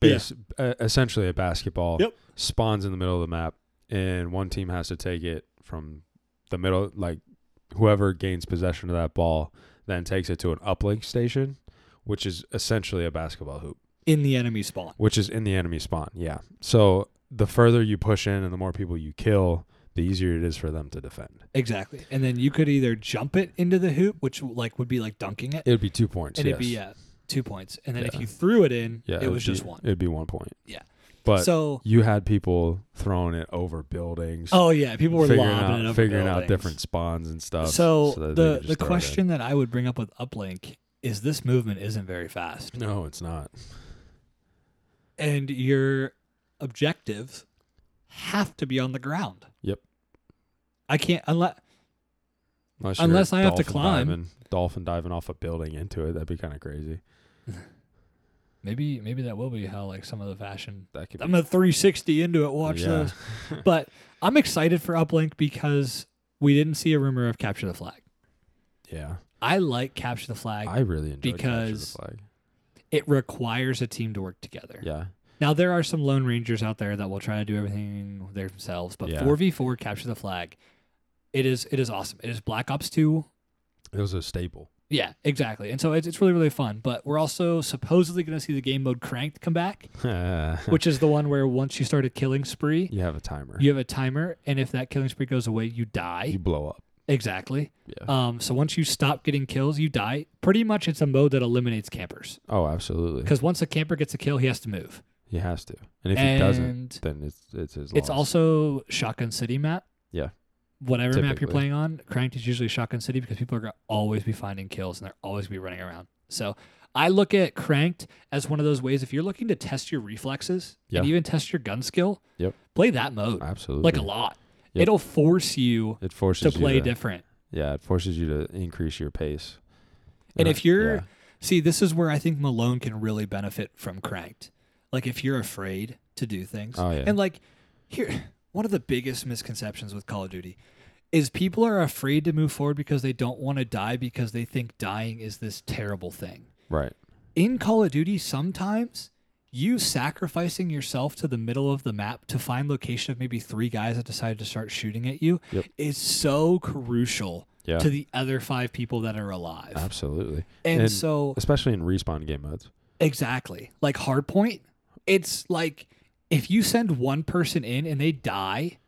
Speaker 2: base uh, essentially a basketball
Speaker 1: Yep.
Speaker 2: spawns in the middle of the map and one team has to take it from the middle like whoever gains possession of that ball then takes it to an uplink station, which is essentially a basketball hoop
Speaker 1: In the enemy spawn.
Speaker 2: which is in the enemy spawn. Yeah. So the further you push in and the more people you kill, the easier it is for them to defend.
Speaker 1: Exactly. And then you could either jump it into the hoop, which like would be like dunking it,
Speaker 2: It would be two points.
Speaker 1: and
Speaker 2: yes.
Speaker 1: it'd be yeah, two points. And then if
Speaker 2: Yeah.
Speaker 1: you threw it in,
Speaker 2: yeah,
Speaker 1: it
Speaker 2: it'd
Speaker 1: was just
Speaker 2: be-
Speaker 1: one.
Speaker 2: It'd be one point.
Speaker 1: Yeah.
Speaker 2: But
Speaker 1: so
Speaker 2: you had people throwing it over buildings.
Speaker 1: oh yeah, people were
Speaker 2: figuring
Speaker 1: lobbing
Speaker 2: out,
Speaker 1: it over
Speaker 2: figuring out
Speaker 1: buildings.
Speaker 2: different spawns and stuff.
Speaker 1: So, the
Speaker 2: that they could just
Speaker 1: the
Speaker 2: throw it in.
Speaker 1: question that I would bring up with uplink is this movement isn't very fast,
Speaker 2: No, it's not.
Speaker 1: and your objectives have to be on the ground.
Speaker 2: Yep.
Speaker 1: I can't unless
Speaker 2: Unless, you're
Speaker 1: Unless I have to
Speaker 2: dolphin
Speaker 1: climb.
Speaker 2: diving, dolphin diving off a building into it, that'd be kind of crazy.
Speaker 1: maybe maybe that will be how like some of the fashion.
Speaker 2: That could be.
Speaker 1: I'm a 360 into it. Watch
Speaker 2: yeah.
Speaker 1: this. but I'm excited for Uplink because we didn't see a rumor of Capture the Flag.
Speaker 2: Yeah,
Speaker 1: I like Capture the Flag.
Speaker 2: I really enjoyed Capture
Speaker 1: because-
Speaker 2: the flag.
Speaker 1: it requires a team to work together.
Speaker 2: Yeah,
Speaker 1: Now there are some lone rangers out there that will try to do everything themselves, but
Speaker 2: Yeah.
Speaker 1: 4v4 Capture the Flag, it is it is awesome. It is Black Ops 2.
Speaker 2: it was a staple.
Speaker 1: Yeah, exactly. And so it's, it's really really fun, but we're also supposedly going to see the game mode Cranked come back, which is the one where once you start a killing spree,
Speaker 2: You have a timer.
Speaker 1: you have a timer and if that killing spree goes away, you die.
Speaker 2: you blow up.
Speaker 1: Exactly.
Speaker 2: Yeah.
Speaker 1: Um, so once you stop getting kills, you die. Pretty much, it's a mode that eliminates campers
Speaker 2: oh, absolutely.
Speaker 1: because once a camper gets a kill, he has to move.
Speaker 2: He has to. And if
Speaker 1: and
Speaker 2: he doesn't, then it's it's his loss.
Speaker 1: it's also shotgun city map.
Speaker 2: Yeah.
Speaker 1: Whatever map you're
Speaker 2: Typically.
Speaker 1: playing on, cranked is usually shotgun city because people are gonna always be finding kills and they're always be running around. So I look at cranked as one of those ways if you're looking to test your reflexes and
Speaker 2: Yeah.
Speaker 1: even test your gun skill.
Speaker 2: Yep.
Speaker 1: Play that mode
Speaker 2: absolutely
Speaker 1: like a lot.
Speaker 2: Yep.
Speaker 1: It'll force you
Speaker 2: It forces
Speaker 1: to play
Speaker 2: you to,
Speaker 1: different.
Speaker 2: Yeah, it forces you to increase your pace.
Speaker 1: And
Speaker 2: I-
Speaker 1: if you're
Speaker 2: yeah,
Speaker 1: see, this is where I think Malone can really benefit from Cranked. Like if you're afraid to do things,
Speaker 2: Oh, yeah.
Speaker 1: and like here, one of the biggest misconceptions with Call of Duty is people are afraid to move forward because they don't want to die because they think dying is this terrible thing.
Speaker 2: right,
Speaker 1: In Call of Duty, sometimes you sacrificing yourself to the middle of the map to find location of maybe three guys that decided to start shooting at you
Speaker 2: Yep.
Speaker 1: is so crucial
Speaker 2: Yeah.
Speaker 1: to the other five people that are alive.
Speaker 2: absolutely,
Speaker 1: and
Speaker 2: and-
Speaker 1: so
Speaker 2: especially in respawn game modes.
Speaker 1: Exactly. Like hardpoint, it's like if you send one person in and they die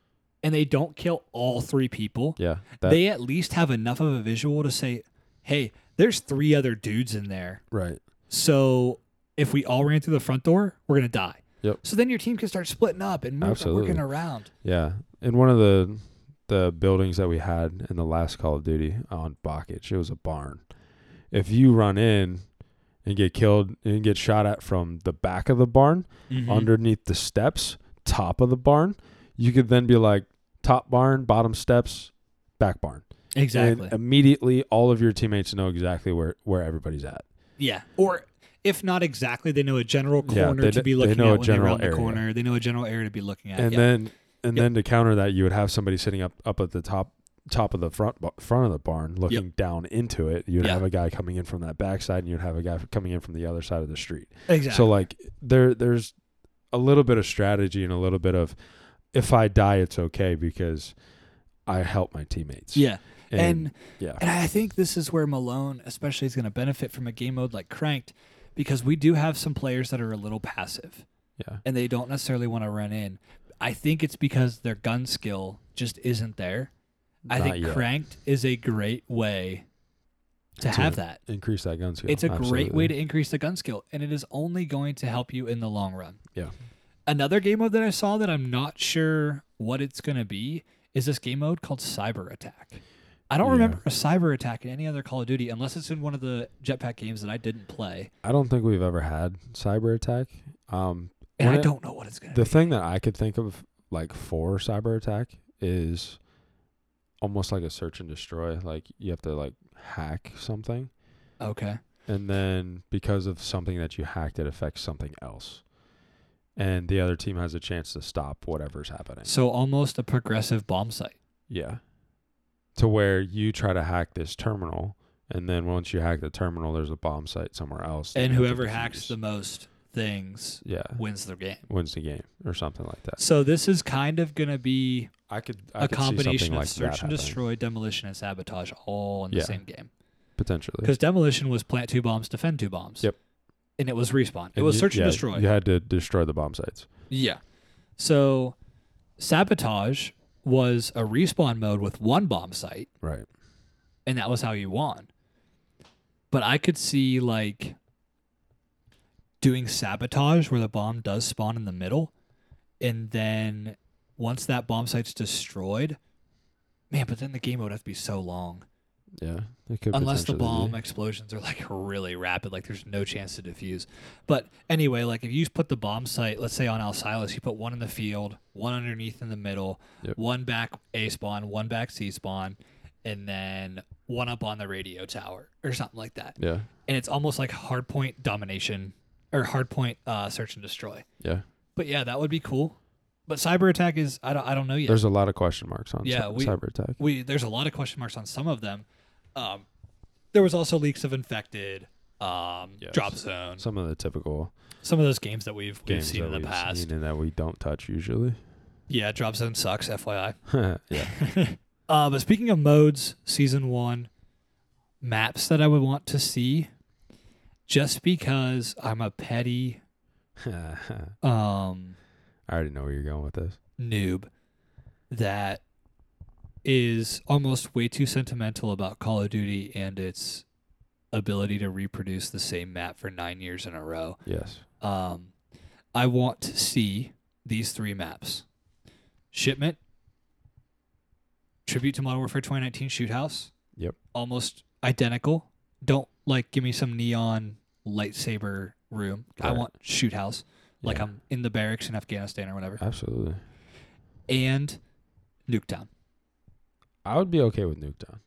Speaker 1: and they don't kill all three people,
Speaker 2: Yeah, that,
Speaker 1: they at least have enough of a visual to say, "Hey, there's three other dudes in there.
Speaker 2: right.
Speaker 1: So if we all ran through the front door, we're going to die."
Speaker 2: Yep.
Speaker 1: So then your team can start splitting up and moving,
Speaker 2: Absolutely.
Speaker 1: working around.
Speaker 2: Yeah, in one of the the buildings that we had in the last Call of Duty on Bokich, it was a barn. If you run in and get killed and get shot at from the back of the barn, underneath the steps, top of the barn, you could then be like top barn, bottom steps, back barn.
Speaker 1: Exactly.
Speaker 2: And immediately all of your teammates know exactly where, where everybody's at.
Speaker 1: Yeah. Or if not exactly, they know a general
Speaker 2: Yeah,
Speaker 1: corner
Speaker 2: they d-
Speaker 1: to be
Speaker 2: they
Speaker 1: looking
Speaker 2: know a
Speaker 1: at when they
Speaker 2: general
Speaker 1: round the
Speaker 2: area.
Speaker 1: corner. They know a general area to be looking at.
Speaker 2: And
Speaker 1: Yeah.
Speaker 2: then and
Speaker 1: Yep.
Speaker 2: then to counter that you would have somebody sitting up up at the top top of the front ba- front of the barn looking down into it. You'd
Speaker 1: Yeah.
Speaker 2: have a guy coming in from that backside and you'd have a guy coming in from the other side of the street.
Speaker 1: exactly.
Speaker 2: So like there there's a little bit of strategy and a little bit of if I die it's okay because I help my teammates.
Speaker 1: yeah. and
Speaker 2: yeah.
Speaker 1: And I think this is where Malone, especially, is going to benefit from a game mode like Cranked, because we do have some players that are a little passive
Speaker 2: Yeah.
Speaker 1: and they don't necessarily want to run in. I think it's because their gun skill just isn't there. I
Speaker 2: Not
Speaker 1: think
Speaker 2: yet.
Speaker 1: cranked is a great way to
Speaker 2: To-
Speaker 1: have that.
Speaker 2: Increase that gun skill.
Speaker 1: It's a great way
Speaker 2: absolutely.
Speaker 1: to increase the gun skill, and it is only going to help you in the long run.
Speaker 2: Yeah.
Speaker 1: Another game mode that I saw that I'm not sure what it's going to be is this game mode called Cyber Attack. I don't
Speaker 2: Yeah.
Speaker 1: remember a cyber attack in any other Call of Duty unless it's in one of the jetpack games that I didn't play.
Speaker 2: I don't think we've ever had cyber attack. Um,
Speaker 1: And
Speaker 2: when
Speaker 1: I
Speaker 2: it-
Speaker 1: don't know what it's going to
Speaker 2: The
Speaker 1: be.
Speaker 2: thing that I could think of, like for cyber attack, is almost like a search and destroy. Like you have to like hack something,
Speaker 1: Okay.
Speaker 2: and then because of something that you hacked, it affects something else, and the other team has a chance to stop whatever's happening.
Speaker 1: So almost a progressive bomb site.
Speaker 2: Yeah, to where you try to hack this terminal, and then once you hack the terminal, there's a bomb site somewhere else, that
Speaker 1: And
Speaker 2: you have to
Speaker 1: whoever hacks
Speaker 2: defuse.
Speaker 1: the most things
Speaker 2: yeah
Speaker 1: wins the game.
Speaker 2: wins the game or something like that.
Speaker 1: So this is kind of going to be
Speaker 2: I could I
Speaker 1: a
Speaker 2: could see something
Speaker 1: combination of
Speaker 2: like that
Speaker 1: search and
Speaker 2: happening,
Speaker 1: destroy, demolition, and sabotage all in the
Speaker 2: Yeah.
Speaker 1: same game.
Speaker 2: potentially.
Speaker 1: Because demolition was plant two bombs, defend two bombs.
Speaker 2: Yep.
Speaker 1: And it was respawn. It
Speaker 2: And
Speaker 1: was
Speaker 2: you-
Speaker 1: search
Speaker 2: yeah,
Speaker 1: and destroy.
Speaker 2: You had to destroy the bomb sites.
Speaker 1: Yeah. So sabotage was a respawn mode with one bomb site,
Speaker 2: Right.
Speaker 1: and that was how you won. But I could see like doing sabotage where the bomb does spawn in the middle, and then once that bomb site's destroyed, man, but then the game mode has to be so long.
Speaker 2: Yeah. It could
Speaker 1: unless the
Speaker 2: potentially
Speaker 1: bomb
Speaker 2: be.
Speaker 1: explosions are like really rapid like there's no chance to defuse but anyway like if you put the bomb site let's say on al silas you put one in the field one underneath in the middle
Speaker 2: Yep.
Speaker 1: one back a spawn one back c spawn and then one up on the radio tower or something like that
Speaker 2: Yeah.
Speaker 1: and it's almost like hardpoint domination or hardpoint uh, search and destroy
Speaker 2: Yeah.
Speaker 1: but yeah that would be cool but cyber attack is i don't, I don't know yet
Speaker 2: There's a lot of question marks on
Speaker 1: Yeah,
Speaker 2: cy-
Speaker 1: we-
Speaker 2: cyber attack.
Speaker 1: we there's a lot of question marks on some of them. Um, there was also leaks of infected, um,
Speaker 2: Yes.
Speaker 1: drop zone,
Speaker 2: Some of the typical
Speaker 1: some of those games that we've we've
Speaker 2: games
Speaker 1: seen
Speaker 2: that
Speaker 1: in the
Speaker 2: we've
Speaker 1: past.
Speaker 2: seen and that we don't touch usually.
Speaker 1: Yeah, drop zone sucks. FYI.
Speaker 2: yeah.
Speaker 1: Uh, but speaking of modes, season one maps that I would want to see, just because I'm a petty
Speaker 2: I
Speaker 1: um
Speaker 2: already know where you're going with this.
Speaker 1: noob that is almost way too sentimental about Call of Duty and its ability to reproduce the same map for nine years in a row.
Speaker 2: Yes.
Speaker 1: Um, I want to see these three maps Shipment, Tribute to Modern Warfare 2019 Shoot House.
Speaker 2: Yep.
Speaker 1: Almost identical. Don't like give me some neon lightsaber room. I
Speaker 2: Right.
Speaker 1: want Shoot House, like
Speaker 2: Yeah.
Speaker 1: I'm in the barracks in Afghanistan or whatever
Speaker 2: Absolutely.
Speaker 1: and Nuketown.
Speaker 2: I would be okay with Nuketown.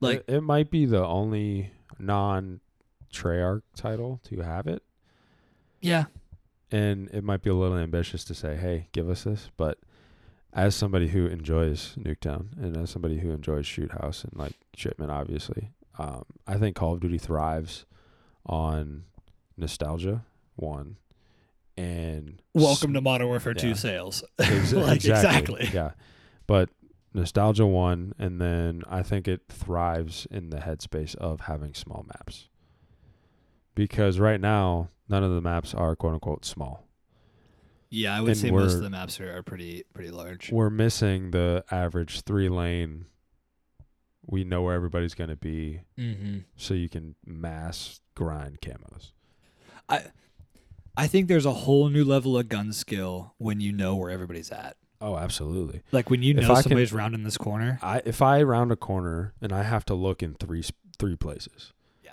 Speaker 1: Like
Speaker 2: it, it might be the only non Treyarch title to have it.
Speaker 1: yeah,
Speaker 2: and it might be a little ambitious to say, "Hey, give us this," but as somebody who enjoys Nuketown and as somebody who enjoys Shoot House and like Shipment, obviously, um, I think Call of Duty thrives on nostalgia. One and
Speaker 1: welcome to Modern Warfare
Speaker 2: Yeah.
Speaker 1: Two sales.
Speaker 2: Ex-
Speaker 1: Like, exactly.
Speaker 2: Yeah. But nostalgia one, and then I think it thrives in the headspace of having small maps. Because right now, none of the maps are quote unquote small.
Speaker 1: Yeah, I would
Speaker 2: And
Speaker 1: say most of
Speaker 2: we're-
Speaker 1: the maps are, are pretty pretty large.
Speaker 2: We're missing the average three lane. We know where everybody's going to be,
Speaker 1: Mm-hmm.
Speaker 2: so you can mass grind camos.
Speaker 1: I think there's a whole new level of gun skill when you know where everybody's at.
Speaker 2: Oh, absolutely.
Speaker 1: Like when you
Speaker 2: If
Speaker 1: know
Speaker 2: I can-
Speaker 1: somebody's rounding this corner.
Speaker 2: I if I round a corner and I have to look in three sp- three places.
Speaker 1: Yeah.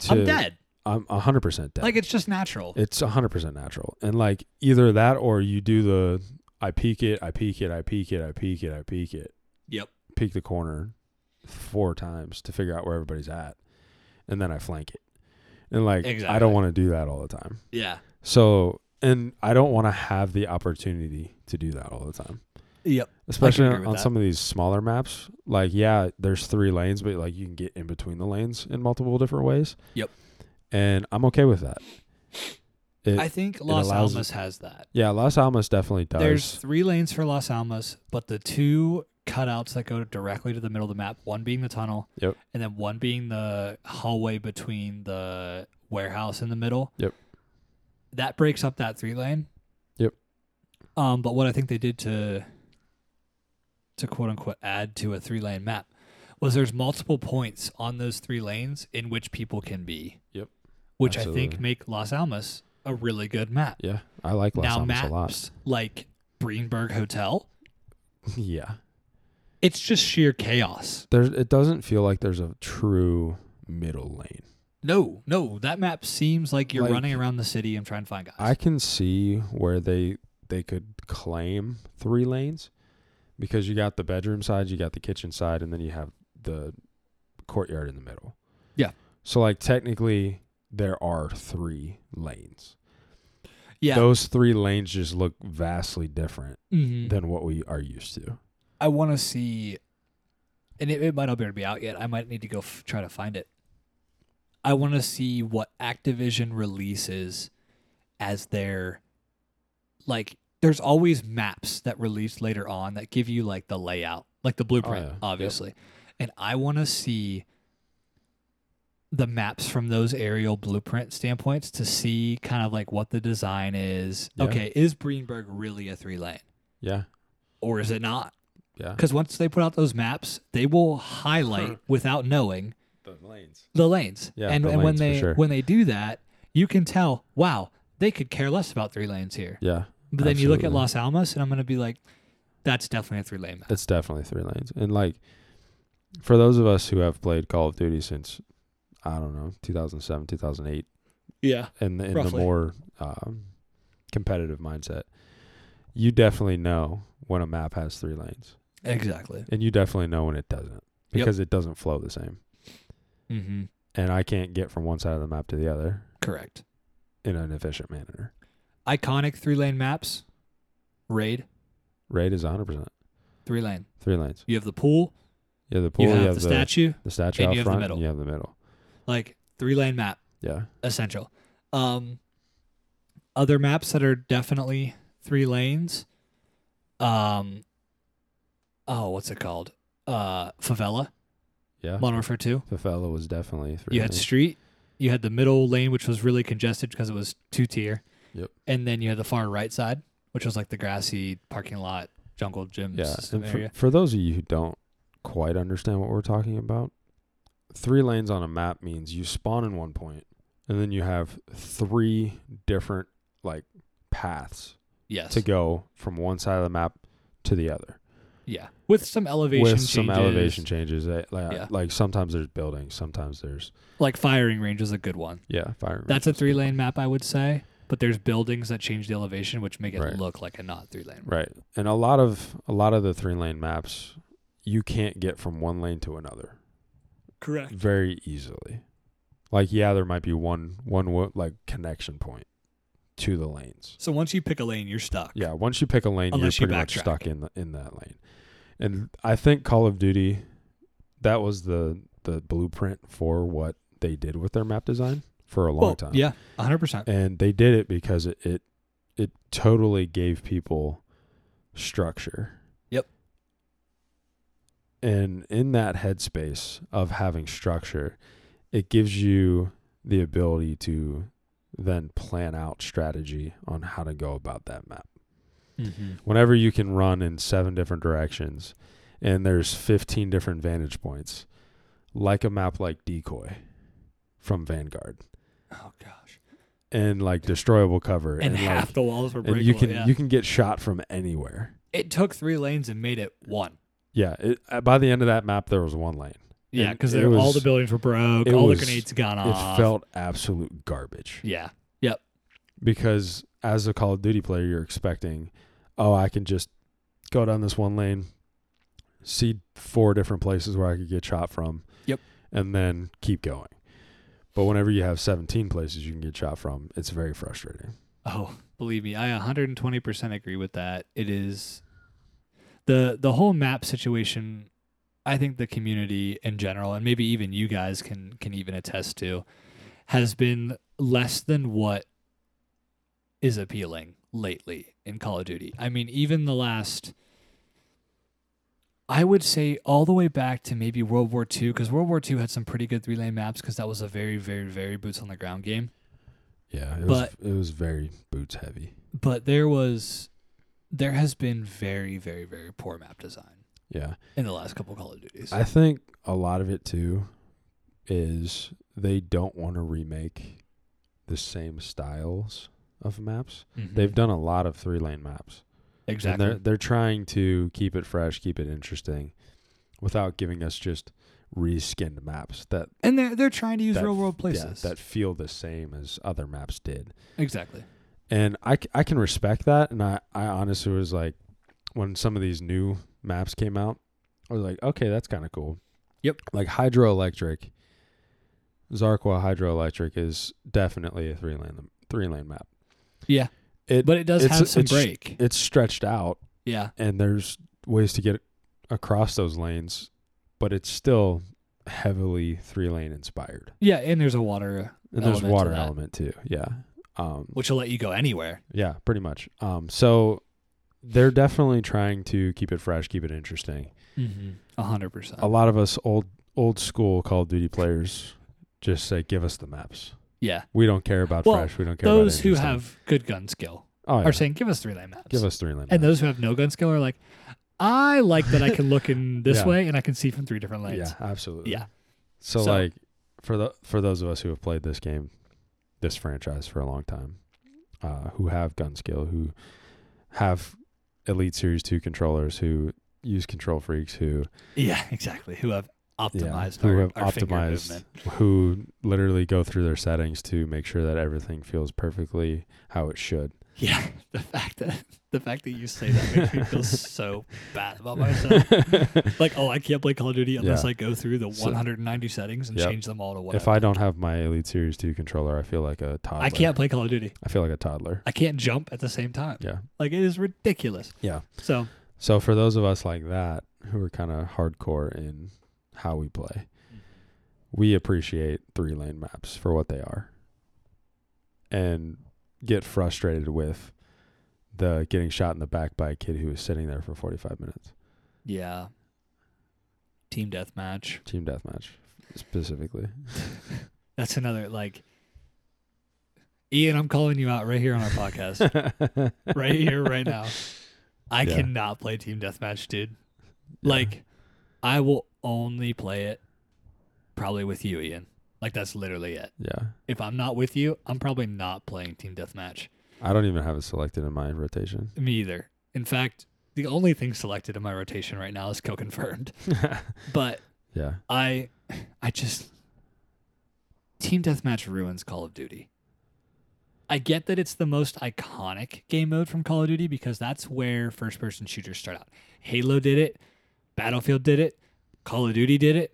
Speaker 2: to-
Speaker 1: I'm dead.
Speaker 2: I'm hundred percent dead.
Speaker 1: Like it's just natural.
Speaker 2: It's hundred percent natural, and like either that or you do the I peek it, I peek it, I peek it, I peek it, I peek it,
Speaker 1: yep.
Speaker 2: peek the corner four times to figure out where everybody's at, and then I flank it, and like I
Speaker 1: Exactly.
Speaker 2: don't want to do that all the time.
Speaker 1: Yeah.
Speaker 2: So, and I don't want to have the opportunity to do that all the time,
Speaker 1: Yep.
Speaker 2: especially
Speaker 1: agree with
Speaker 2: on
Speaker 1: that.
Speaker 2: some of these smaller maps. Like, yeah, there's three lanes, but like you can get in between the lanes in multiple different ways.
Speaker 1: Yep.
Speaker 2: and I'm okay with that. It,
Speaker 1: I think Los
Speaker 2: allows-
Speaker 1: Alamos has that.
Speaker 2: Yeah, Las Almas definitely does.
Speaker 1: There's three lanes for Los Alamos, but the two cutouts that go directly to the middle of the map, one being the tunnel,
Speaker 2: Yep.
Speaker 1: and then one being the hallway between the warehouse in the middle.
Speaker 2: Yep.
Speaker 1: That breaks up that three lane.
Speaker 2: Yep.
Speaker 1: Um, but what I think they did to to quote unquote add to a three lane map was there's multiple points on those three lanes in which people can be.
Speaker 2: Yep.
Speaker 1: Which I
Speaker 2: Absolutely.
Speaker 1: think make Los Alamos a really good map.
Speaker 2: Yeah, I like Los
Speaker 1: now
Speaker 2: Alamos
Speaker 1: maps
Speaker 2: a lot.
Speaker 1: like Greenberg Hotel,
Speaker 2: yeah,
Speaker 1: it's just
Speaker 2: Mm.
Speaker 1: sheer chaos.
Speaker 2: there's it doesn't feel like there's a true middle lane.
Speaker 1: No, no, that map seems like you're
Speaker 2: Like-
Speaker 1: running around the city and trying to find guys.
Speaker 2: I can see where they they could claim three lanes because you got the bedroom side, you got the kitchen side, and then you have the courtyard in the middle.
Speaker 1: Yeah.
Speaker 2: So like technically there are three lanes.
Speaker 1: yeah.
Speaker 2: Those three lanes just look vastly different
Speaker 1: Mhm.
Speaker 2: than what we are used to.
Speaker 1: I want to see, and it, it might not be able to be out yet. I might need to go f- try to find it. I want to see what Activision releases as their like. There's always maps that release later on that give you like the layout, like the blueprint,
Speaker 2: Oh, yeah. Yep.
Speaker 1: obviously. And I want to see the maps from those aerial blueprint standpoints to see kind of like what the design is.
Speaker 2: Yeah.
Speaker 1: Okay, is Greenberg really a three lane
Speaker 2: Yeah.
Speaker 1: or is it not?
Speaker 2: Yeah.
Speaker 1: Because once they put out those maps, they will highlight without knowing
Speaker 2: The lanes.
Speaker 1: the lanes.
Speaker 2: Yeah,
Speaker 1: and
Speaker 2: the
Speaker 1: and when
Speaker 2: lanes for
Speaker 1: they
Speaker 2: sure.
Speaker 1: when they do that, you can tell, wow, they could care less about three lanes here.
Speaker 2: Yeah.
Speaker 1: But then you look at
Speaker 2: absolutely.
Speaker 1: Los Alamos, and I'm gonna be like, that's definitely a three lane map.
Speaker 2: It's definitely three lanes. And like for those of us who have played Call of Duty since I don't know, 2007, 2008,
Speaker 1: Yeah,
Speaker 2: and in the
Speaker 1: Roughly.
Speaker 2: more um, competitive mindset, you definitely know when a map has three lanes,
Speaker 1: exactly.
Speaker 2: and you definitely know when it doesn't because it doesn't flow the same.
Speaker 1: Mm-hmm.
Speaker 2: And I can't get from one side of the map to the other
Speaker 1: Correct.
Speaker 2: in an efficient manner.
Speaker 1: Iconic three lane maps. Raid
Speaker 2: Raid is 100%
Speaker 1: three lane.
Speaker 2: three lanes.
Speaker 1: You have the pool.
Speaker 2: You have the pool,
Speaker 1: you have, the,
Speaker 2: the,
Speaker 1: statue.
Speaker 2: the statue
Speaker 1: and
Speaker 2: out
Speaker 1: you have the
Speaker 2: front,
Speaker 1: middle.
Speaker 2: and you have the middle.
Speaker 1: Like three lane map.
Speaker 2: Yeah,
Speaker 1: essential. Um, other maps that are definitely three lanes. Um, oh, what's it called? Uh, favela,
Speaker 2: yeah.
Speaker 1: Modern Warfare Two.
Speaker 2: Favela was definitely Uh-huh. three
Speaker 1: You had
Speaker 2: lanes.
Speaker 1: street. You had the middle lane, which was really congested because it was two tier.
Speaker 2: Yep.
Speaker 1: And then you had the far right side, which was like the grassy parking lot, jungle gym
Speaker 2: Yeah.
Speaker 1: system
Speaker 2: And
Speaker 1: area.
Speaker 2: for, for those of you who don't quite understand what we're talking about, three lanes on a map means you spawn in one point and then you have three different like paths
Speaker 1: Yes.
Speaker 2: to go from one side of the map to the other
Speaker 1: yeah. With some elevation.
Speaker 2: with some
Speaker 1: changes.
Speaker 2: elevation changes. That, like,
Speaker 1: Yeah.
Speaker 2: like sometimes there's buildings, sometimes there's
Speaker 1: Like firing range is a good one.
Speaker 2: yeah, fire.
Speaker 1: That's a
Speaker 2: ranges.
Speaker 1: three lane map, I would say. But there's buildings that change the elevation, which make it
Speaker 2: Right.
Speaker 1: look like a not three lane.
Speaker 2: Right. And a lot of a lot of the three lane maps you can't get from one lane to another.
Speaker 1: Correct.
Speaker 2: very easily. Like yeah, there might be one one wo- like connection point to the lanes.
Speaker 1: So once you pick a lane, you're stuck.
Speaker 2: Yeah, once you pick a lane,
Speaker 1: Unless you
Speaker 2: you're pretty much
Speaker 1: backtrack.
Speaker 2: stuck in the, in that lane. And I think Call of Duty, that was the the blueprint for what they did with their map design for a long
Speaker 1: Well,
Speaker 2: time.
Speaker 1: Yeah, 100%.
Speaker 2: and they did it because it it, it totally gave people structure.
Speaker 1: Yep.
Speaker 2: And in that headspace of having structure, it gives you the ability to then plan out strategy on how to go about that map.
Speaker 1: Mm-hmm.
Speaker 2: Whenever you can run in seven different directions and there's 15 different vantage points, like a map like Decoy from Vanguard
Speaker 1: Oh, gosh.
Speaker 2: and like destroyable cover
Speaker 1: And,
Speaker 2: like,
Speaker 1: half the walls were
Speaker 2: and
Speaker 1: breakable.
Speaker 2: you can
Speaker 1: yeah.
Speaker 2: you can get shot from anywhere.
Speaker 1: it took three lanes and made it one.
Speaker 2: Yeah, it, uh, by the end of that map, there was one lane.
Speaker 1: Yeah,
Speaker 2: And
Speaker 1: because
Speaker 2: it
Speaker 1: all
Speaker 2: was-
Speaker 1: the buildings were broke.
Speaker 2: it
Speaker 1: All
Speaker 2: was-
Speaker 1: the grenades gone
Speaker 2: It
Speaker 1: off.
Speaker 2: felt absolute garbage
Speaker 1: Ah. Yeah.
Speaker 2: because as a Call of Duty player, you're expecting, oh, I can just go down this one lane, see four different places where I could get shot from.
Speaker 1: Yep.
Speaker 2: and then keep going. But whenever you have 17 places you can get shot from, it's very frustrating.
Speaker 1: Oh, believe me, I 120% agree with that. It is the the whole map situation. I think the community in general, and maybe even you guys can can even attest to, has been less than what is appealing lately in Call of Duty. I mean, even the last. I would say all the way back to maybe World War II, because World War II had some pretty good three lane maps, because that was a very, very, very boots on the ground game
Speaker 2: Yeah, it
Speaker 1: But-
Speaker 2: was it was very boots heavy.
Speaker 1: but there was there has been very very very poor map design
Speaker 2: Yeah.
Speaker 1: in the last couple Call of Duties.
Speaker 2: I think a lot of it too is they don't want to remake the same styles of maps.
Speaker 1: Mhm.
Speaker 2: They've done a lot of three lane maps. And
Speaker 1: exactly.
Speaker 2: they're they're trying to keep it fresh, keep it interesting, without giving us just reskinned maps that
Speaker 1: And they're they're trying to use
Speaker 2: that-
Speaker 1: real world
Speaker 2: yeah,
Speaker 1: places.
Speaker 2: that feel the same as other maps did.
Speaker 1: exactly.
Speaker 2: And I, c- I can respect that. And I, I honestly was like, when some of these new maps came out, I was like, okay, that's kind of cool.
Speaker 1: Yep.
Speaker 2: Like hydroelectric, Zarqua hydroelectric is definitely a three lane three lane map.
Speaker 1: Yeah.
Speaker 2: It
Speaker 1: But it does
Speaker 2: it's-
Speaker 1: have some
Speaker 2: it's-
Speaker 1: break.
Speaker 2: it's stretched out,
Speaker 1: yeah.
Speaker 2: and there's ways to get across those lanes, but it's still heavily three lane inspired.
Speaker 1: Yeah, and there's a water
Speaker 2: And
Speaker 1: Element
Speaker 2: there's
Speaker 1: to
Speaker 2: water
Speaker 1: that.
Speaker 2: element too. Yeah. Um,
Speaker 1: which will let you go anywhere.
Speaker 2: Yeah, pretty much. Um, so they're definitely trying to keep it fresh, keep it interesting. Mm-hmm.
Speaker 1: A hundred percent.
Speaker 2: A lot of us old old school Call of Duty players just say, "Give us the maps.
Speaker 1: Yeah.
Speaker 2: We don't care about
Speaker 1: Well,
Speaker 2: fresh. We don't care
Speaker 1: Those
Speaker 2: about
Speaker 1: who
Speaker 2: interesting."
Speaker 1: have good gun skill
Speaker 2: oh, yeah.
Speaker 1: are saying, "Give us three lane maps."
Speaker 2: give us three lane.
Speaker 1: and
Speaker 2: maps."
Speaker 1: those who have no gun skill are like, "I like that I can look in this
Speaker 2: Yeah.
Speaker 1: way and I can see from three different lanes."
Speaker 2: yeah, absolutely.
Speaker 1: Yeah.
Speaker 2: So,
Speaker 1: So-
Speaker 2: like for the for those of us who have played this game, this franchise for a long time, uh, who have gun skill, who have Elite Series two controllers, who use control freaks, who
Speaker 1: Yeah, exactly. Who have optimized
Speaker 2: who
Speaker 1: our,
Speaker 2: have
Speaker 1: our finger
Speaker 2: optimized
Speaker 1: movement.
Speaker 2: who literally go through their settings to make sure that everything feels perfectly how it should.
Speaker 1: Yeah, the fact that the fact that you say that makes me feel so bad about myself. Like, oh, I can't play Call of Duty unless
Speaker 2: Yeah.
Speaker 1: I go through the
Speaker 2: So-
Speaker 1: 190 settings and
Speaker 2: Yep.
Speaker 1: change them all to what
Speaker 2: if I don't have my Elite Series 2 controller, I feel like a toddler.
Speaker 1: I can't play Call of Duty.
Speaker 2: I feel like a toddler.
Speaker 1: I can't jump at the same time.
Speaker 2: Yeah.
Speaker 1: Like it is ridiculous.
Speaker 2: Yeah.
Speaker 1: So
Speaker 2: So for those of us like that who are kind of hardcore in how we play, we appreciate three lane maps for what they are and get frustrated with the getting shot in the back by a kid who was sitting there for 45 minutes.
Speaker 1: yeah, team deathmatch.
Speaker 2: Team deathmatch specifically.
Speaker 1: That's another like. Ian, I'm calling you out right here on our podcast, right here, right now. I
Speaker 2: Yeah.
Speaker 1: cannot play team deathmatch, dude. Like, I will only play it probably with you, Ian. Like that's literally it.
Speaker 2: yeah.
Speaker 1: If I'm not with you, I'm probably not playing team deathmatch.
Speaker 2: I don't even have it selected in my rotation.
Speaker 1: Me either. In fact, the only thing selected in my rotation right now is kill confirmed. But
Speaker 2: yeah.
Speaker 1: I I just Team Deathmatch ruins Call of Duty. I get that it's the most iconic game mode from Call of Duty because that's where first person shooters start out. Halo did it, Battlefield did it, Call of Duty did it.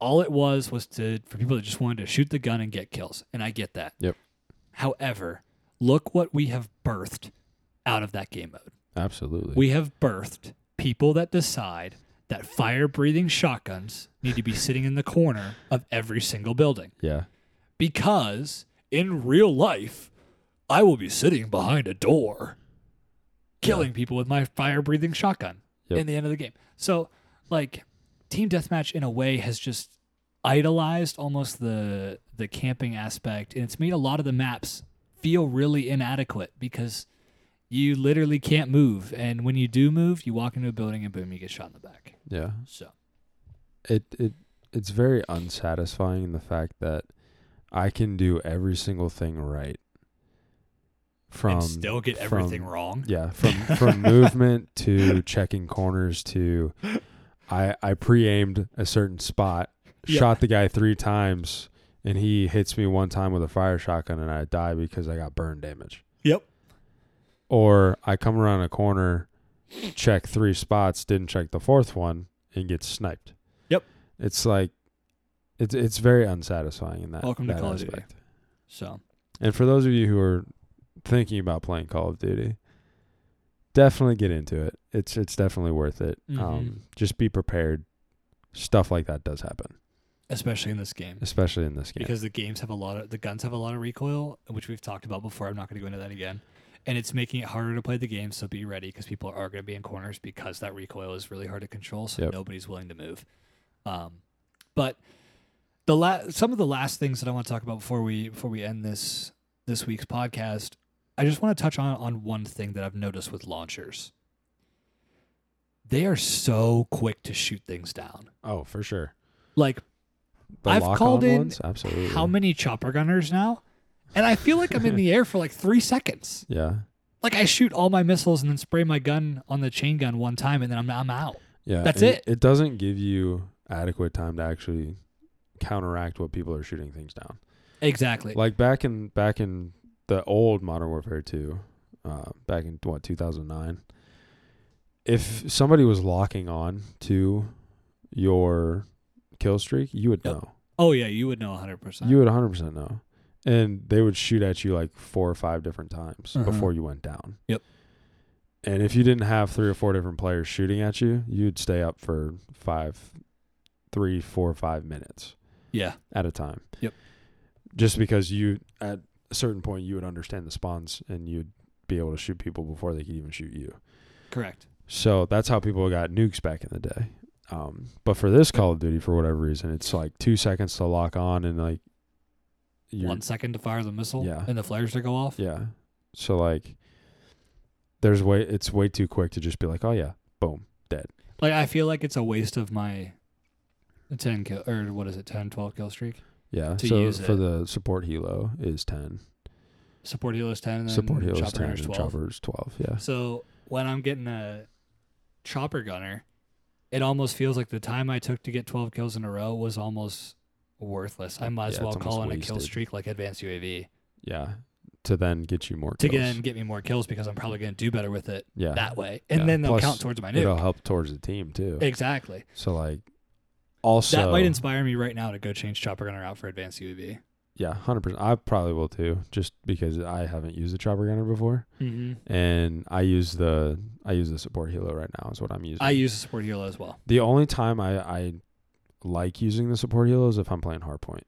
Speaker 1: All it was was to for people that just wanted to shoot the gun and get kills, and I get that.
Speaker 2: Yep.
Speaker 1: However, look what we have birthed out of that game mode.
Speaker 2: Absolutely.
Speaker 1: We have birthed people that decide that fire breathing shotguns need to be sitting in the corner of every single building.
Speaker 2: yeah.
Speaker 1: Because in real life, I will be sitting behind a door killing people with my fire breathing shotgun
Speaker 2: Yep.
Speaker 1: in the end of the game. So, like, Team Deathmatch in a way has just idolized almost the the camping aspect and it's made a lot of the maps feel really inadequate because you literally can't move and when you do move you walk into a building and boom you get shot in the back
Speaker 2: Yeah.
Speaker 1: so
Speaker 2: It it it's very unsatisfying the fact that I can do every single thing right from
Speaker 1: and still get
Speaker 2: from-
Speaker 1: everything wrong
Speaker 2: Yeah, from from movement to checking corners to I I pre-aimed a certain spot,
Speaker 1: Yeah.
Speaker 2: shot the guy 3 times and he hits me one time with a fire shotgun and I die because I got burn damage.
Speaker 1: yep
Speaker 2: or I come around a corner, check three spots, didn't check the fourth one, and get sniped.
Speaker 1: Yep.
Speaker 2: It's like it's it's very unsatisfying in that,
Speaker 1: Welcome to
Speaker 2: that
Speaker 1: Call of Duty.
Speaker 2: aspect.
Speaker 1: so
Speaker 2: And for those of you who are thinking about playing Call of Duty, definitely get into it. It's it's definitely worth it.
Speaker 1: Mm-hmm.
Speaker 2: Um, just be prepared. Stuff like that does happen,
Speaker 1: especially in this game
Speaker 2: especially in this game.
Speaker 1: because the games have a lot of the guns have a lot of recoil which we've talked about before i'm not going to go into that again and it's making it harder to play the game so be ready because people are going to be in corners because that recoil is really hard to control so
Speaker 2: Yep.
Speaker 1: nobody's willing to move um, but the la- some of the last things that i want to talk about before we before we end this this week's podcast i just want to touch on on one thing that i've noticed with launchers they are so quick to shoot things down.
Speaker 2: Oh, for sure.
Speaker 1: Like
Speaker 2: The
Speaker 1: I've
Speaker 2: lock
Speaker 1: called
Speaker 2: on
Speaker 1: in
Speaker 2: ones, absolutely.
Speaker 1: how many chopper gunners now? And I feel like I'm in the air for like three seconds.
Speaker 2: Yeah,
Speaker 1: Like I shoot all my missiles and then spray my gun on the chain gun one time and then I'm, I'm out.
Speaker 2: yeah.
Speaker 1: That's
Speaker 2: and
Speaker 1: it.
Speaker 2: It doesn't give you adequate time to actually counteract what people are shooting things down.
Speaker 1: Exactly.
Speaker 2: Like back in back in the old Modern Warfare two, uh, back in what two thousand nine. If somebody was locking on to your kill streak, you would
Speaker 1: Yep.
Speaker 2: know.
Speaker 1: Oh yeah, you would know 100%.
Speaker 2: You would 100% know. And they would shoot at you like four or five different times
Speaker 1: Uh-huh.
Speaker 2: before you went down.
Speaker 1: Yep.
Speaker 2: And if you didn't have three or four different players shooting at you, you'd stay up for five, three, four, five minutes
Speaker 1: yeah.
Speaker 2: at a time.
Speaker 1: Yep.
Speaker 2: Just because you, at a certain point, you would understand the spawns and you'd be able to shoot people before they could even shoot you.
Speaker 1: Correct.
Speaker 2: So that's how people got nukes back in the day. Um, but for this Call of Duty, for whatever reason, it's like two seconds to lock on and like you're,
Speaker 1: one second to fire the missile
Speaker 2: Yeah.
Speaker 1: and the flares to go off.
Speaker 2: yeah. So like, there's way it's way too quick to just be like, oh yeah, boom, dead.
Speaker 1: Like I feel like it's a waste of my 10 kill or what is it 10 12 kill streak.
Speaker 2: Yeah.
Speaker 1: To
Speaker 2: so
Speaker 1: use
Speaker 2: for
Speaker 1: it.
Speaker 2: the support helo is ten,
Speaker 1: Support healers 10 and then
Speaker 2: support helo is
Speaker 1: chopper
Speaker 2: ten,
Speaker 1: gunners
Speaker 2: and
Speaker 1: 12.
Speaker 2: chopper is twelve. Yeah.
Speaker 1: So when I'm getting a chopper gunner, it almost feels like the time I took to get 12 kills in a row was almost worthless. I might as
Speaker 2: Yeah,
Speaker 1: well
Speaker 2: it's
Speaker 1: call in
Speaker 2: almost
Speaker 1: a kill
Speaker 2: wasted.
Speaker 1: streak like advanced UAV
Speaker 2: Yeah. To then get you more
Speaker 1: to
Speaker 2: kills.
Speaker 1: again get me more kills because I'm probably going to do better with it
Speaker 2: yeah.
Speaker 1: that way, and
Speaker 2: Yeah.
Speaker 1: then they'll
Speaker 2: Plus,
Speaker 1: count towards my
Speaker 2: It'll
Speaker 1: nuke.
Speaker 2: help towards the team too.
Speaker 1: Exactly.
Speaker 2: so like, also
Speaker 1: that might inspire me right now to go change chopper gunner out for advanced UAV.
Speaker 2: Yeah, hundred percent. I probably will too, just because I haven't used the chopper gunner before,
Speaker 1: Mm-hmm.
Speaker 2: and I use the I use the support helo right now is what I'm using.
Speaker 1: I use a support healer as well.
Speaker 2: the only time I I like using the support helo is if I'm playing hardpoint.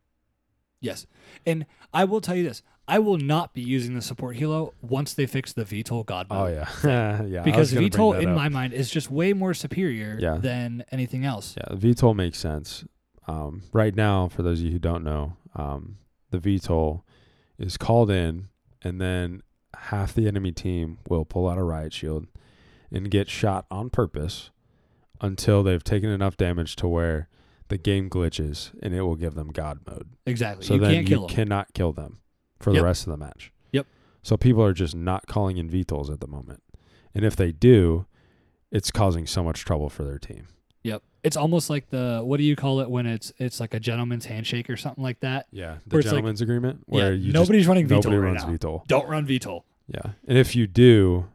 Speaker 1: Yes. And I will tell you this. I will not be using the support helo once they fix the VTOL god mode.
Speaker 2: Oh yeah, yeah. I
Speaker 1: because
Speaker 2: was gonna bring
Speaker 1: VTOL
Speaker 2: that
Speaker 1: in
Speaker 2: up.
Speaker 1: my mind is just way more superior
Speaker 2: Yeah.
Speaker 1: than anything else.
Speaker 2: yeah, the VTOL makes sense. Um, right now, for those of you who don't know, um, the VTOL is called in, and then half the enemy team will pull out a riot shield and get shot on purpose until they've taken enough damage to where the game glitches and it will give them God mode.
Speaker 1: Exactly.
Speaker 2: So
Speaker 1: you
Speaker 2: then
Speaker 1: can't
Speaker 2: you
Speaker 1: kill them.
Speaker 2: cannot kill them for
Speaker 1: Yep.
Speaker 2: the rest of the match.
Speaker 1: Yep.
Speaker 2: So people are just not calling in VTOLs at the moment, and if they do, it's causing so much trouble for their team.
Speaker 1: Yep. It's almost like the what do you call it when it's it's like a gentleman's handshake or something like that.
Speaker 2: Yeah, the
Speaker 1: Where it's like-
Speaker 2: gentleman's agreement where
Speaker 1: yeah.
Speaker 2: you
Speaker 1: nobody's running
Speaker 2: just, nobody
Speaker 1: VTOL right
Speaker 2: runs
Speaker 1: now.
Speaker 2: VTOL.
Speaker 1: Don't run VTOL.
Speaker 2: Yeah, and if you do,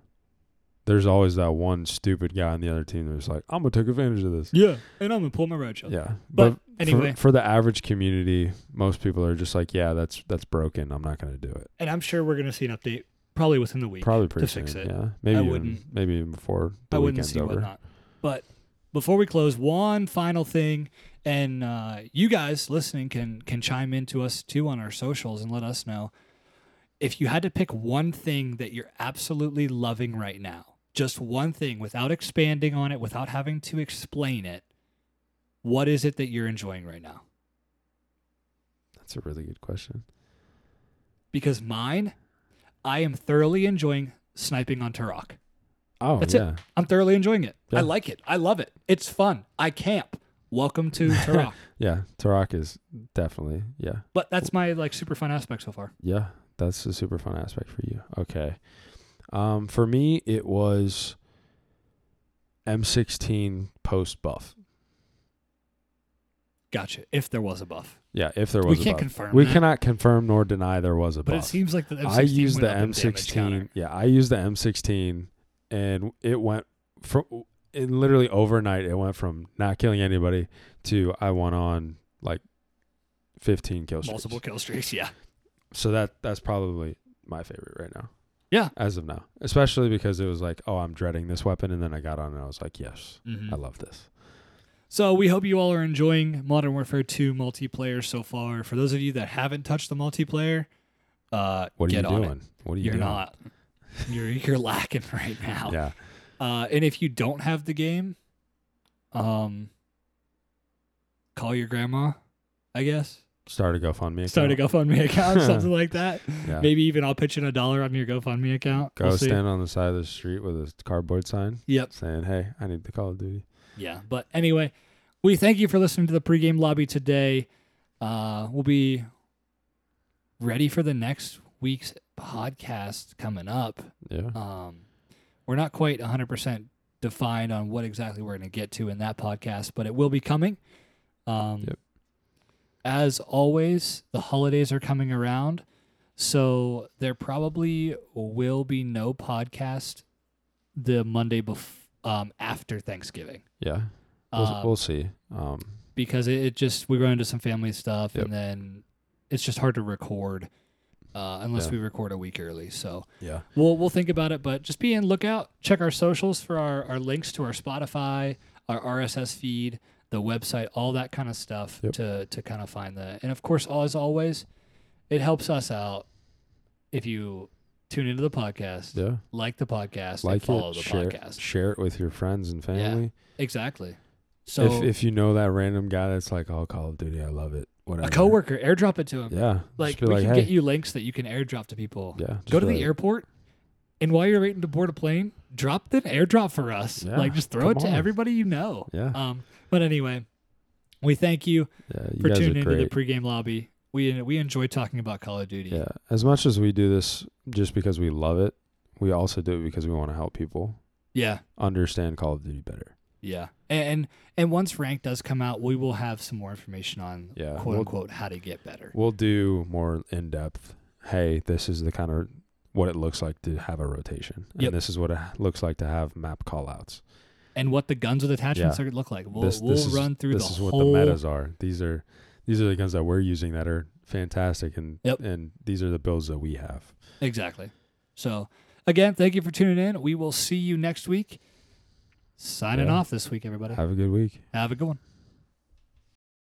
Speaker 2: there's always that one stupid guy on the other team that's like, "I'm gonna take advantage of this."
Speaker 1: Yeah. And I'm gonna pull my red shot.
Speaker 2: Yeah,
Speaker 1: But,
Speaker 2: for-
Speaker 1: anyway,
Speaker 2: for, the average community, most people are just like, "Yeah, that's that's broken. I'm not gonna do it."
Speaker 1: and I'm sure we're gonna see an update probably within the week.
Speaker 2: Probably pretty
Speaker 1: to fix
Speaker 2: soon,
Speaker 1: it.
Speaker 2: Yeah, maybe even,
Speaker 1: wouldn't-
Speaker 2: maybe even before the
Speaker 1: I wouldn't
Speaker 2: weekend's
Speaker 1: see
Speaker 2: over.
Speaker 1: whatnot. But before we close, one final thing, and uh, you guys listening can can chime in to us too on our socials and let us know if you had to pick one thing that you're absolutely loving right now, just one thing, without expanding on it, without having to explain it. What is it that you're enjoying right now?
Speaker 2: That's a really good question.
Speaker 1: Because mine, I am thoroughly enjoying sniping on Turok.
Speaker 2: Oh
Speaker 1: That's it.
Speaker 2: yeah,
Speaker 1: I'm thoroughly enjoying it. I
Speaker 2: Yeah.
Speaker 1: like it. I love it. It's fun. I camp. Welcome to Turok.
Speaker 2: yeah. Tarak is definitely yeah.
Speaker 1: But that's my like super fun aspect so far.
Speaker 2: yeah, that's a super fun aspect for you. Okay. Um, for me, it was M16 post buff.
Speaker 1: Gotcha. If there was a buff,
Speaker 2: Yeah, if there
Speaker 1: we
Speaker 2: was
Speaker 1: can't
Speaker 2: a buff.
Speaker 1: confirm.
Speaker 2: we
Speaker 1: that,
Speaker 2: cannot confirm nor deny there was a
Speaker 1: But it
Speaker 2: buff.
Speaker 1: seems like the M16
Speaker 2: I used
Speaker 1: went
Speaker 2: the
Speaker 1: up in damage
Speaker 2: M16.
Speaker 1: counter.
Speaker 2: Yeah, I used the M16, and it went from and literally overnight. It went from not killing anybody to I went on like 15 kill streaks.
Speaker 1: Multiple kill streaks. Yeah.
Speaker 2: So that that's probably my favorite right now.
Speaker 1: Yeah.
Speaker 2: As of now. Especially because it was like, oh, I'm dreading this weapon and then I got on and I was like, yes, I love this.
Speaker 1: Mm-hmm. So we hope you all are enjoying Modern Warfare 2 multiplayer so far. For those of you that haven't touched the multiplayer, uh,
Speaker 2: What are
Speaker 1: get
Speaker 2: you
Speaker 1: on
Speaker 2: doing?
Speaker 1: It.
Speaker 2: What are you
Speaker 1: You're
Speaker 2: doing?
Speaker 1: not. You're you're lacking right now.
Speaker 2: Yeah.
Speaker 1: Uh, and if you don't have the game, um, call your grandma, I guess.
Speaker 2: Start a GoFundMe. Account.
Speaker 1: Start a GoFundMe account, something like that.
Speaker 2: Yeah.
Speaker 1: Maybe even I'll pitch in a dollar on your GoFundMe account.
Speaker 2: Go
Speaker 1: We'll see.
Speaker 2: stand on the side of the street with a cardboard sign
Speaker 1: Yep.
Speaker 2: saying, "Hey, I need the Call of Duty."
Speaker 1: Yeah. But anyway, we thank you for listening to the pregame lobby today. Uh, we'll be ready for the next week's podcast coming up.
Speaker 2: Yeah.
Speaker 1: Um, we're not quite 100% defined on what exactly we're going to get to in that podcast, but it will be coming. Um,
Speaker 2: Yep.
Speaker 1: As always, the holidays are coming around. So there probably will be no podcast the Monday bef- um, after Thanksgiving
Speaker 2: Yeah. We'll,
Speaker 1: Um,
Speaker 2: we'll see. Um,
Speaker 1: because it, it just, we run into some family stuff
Speaker 2: Yep.
Speaker 1: and then it's just hard to record uh, unless
Speaker 2: Yeah.
Speaker 1: we record a week early. So
Speaker 2: yeah.
Speaker 1: We'll we'll think about it, but just be in lookout. Check our socials for our, our links to our Spotify, our RSS feed, the website, all that kind of stuff
Speaker 2: Yep.
Speaker 1: to to kind of find that. And of course, as always, it helps us out if you tune into the podcast,
Speaker 2: Yeah.
Speaker 1: like the podcast, and
Speaker 2: Like
Speaker 1: follow
Speaker 2: it.
Speaker 1: the
Speaker 2: Share,
Speaker 1: podcast.
Speaker 2: share it with your friends and family.
Speaker 1: Exactly. So
Speaker 2: if if you know that random guy that's like, "Oh, Call of Duty, I love it." Whatever.
Speaker 1: a coworker airdrop it to him.
Speaker 2: Yeah.
Speaker 1: Like
Speaker 2: Just be
Speaker 1: we
Speaker 2: like,
Speaker 1: can
Speaker 2: hey.
Speaker 1: get you links that you can airdrop to people.
Speaker 2: Yeah. just
Speaker 1: Go to
Speaker 2: be
Speaker 1: the
Speaker 2: like,
Speaker 1: airport, and while you're waiting to board a plane, drop an airdrop for us.
Speaker 2: Yeah,
Speaker 1: like just throw it
Speaker 2: come
Speaker 1: to
Speaker 2: on.
Speaker 1: everybody you know.
Speaker 2: Yeah.
Speaker 1: Um, but anyway, we thank you
Speaker 2: yeah. You
Speaker 1: for
Speaker 2: guys
Speaker 1: tuning
Speaker 2: are
Speaker 1: into
Speaker 2: great.
Speaker 1: the pregame lobby. We we enjoy talking about Call of Duty.
Speaker 2: Yeah. As much as we do this just because we love it, we also do it because we want to help people
Speaker 1: yeah,
Speaker 2: understand Call of Duty better.
Speaker 1: yeah. And and once rank does come out, we will have some more information on
Speaker 2: Yeah,
Speaker 1: quote
Speaker 2: we'll-
Speaker 1: unquote how to get better.
Speaker 2: We'll do more in depth. Hey, this is the kind of what it looks like to have a rotation. And
Speaker 1: Yep.
Speaker 2: this is what it looks like to have map callouts.
Speaker 1: And what the guns with attachments are look like. We'll
Speaker 2: this,
Speaker 1: we'll
Speaker 2: this is-
Speaker 1: run through
Speaker 2: this
Speaker 1: the
Speaker 2: is
Speaker 1: whole
Speaker 2: what the metas are. These are these are the guns that we're using that are fantastic and
Speaker 1: Yep.
Speaker 2: and these are the builds that we have.
Speaker 1: exactly. So again, thank you for tuning in. We will see you next week. Signing
Speaker 2: Yeah.
Speaker 1: off this week, everybody.
Speaker 2: Have a good week.
Speaker 1: Have a good one.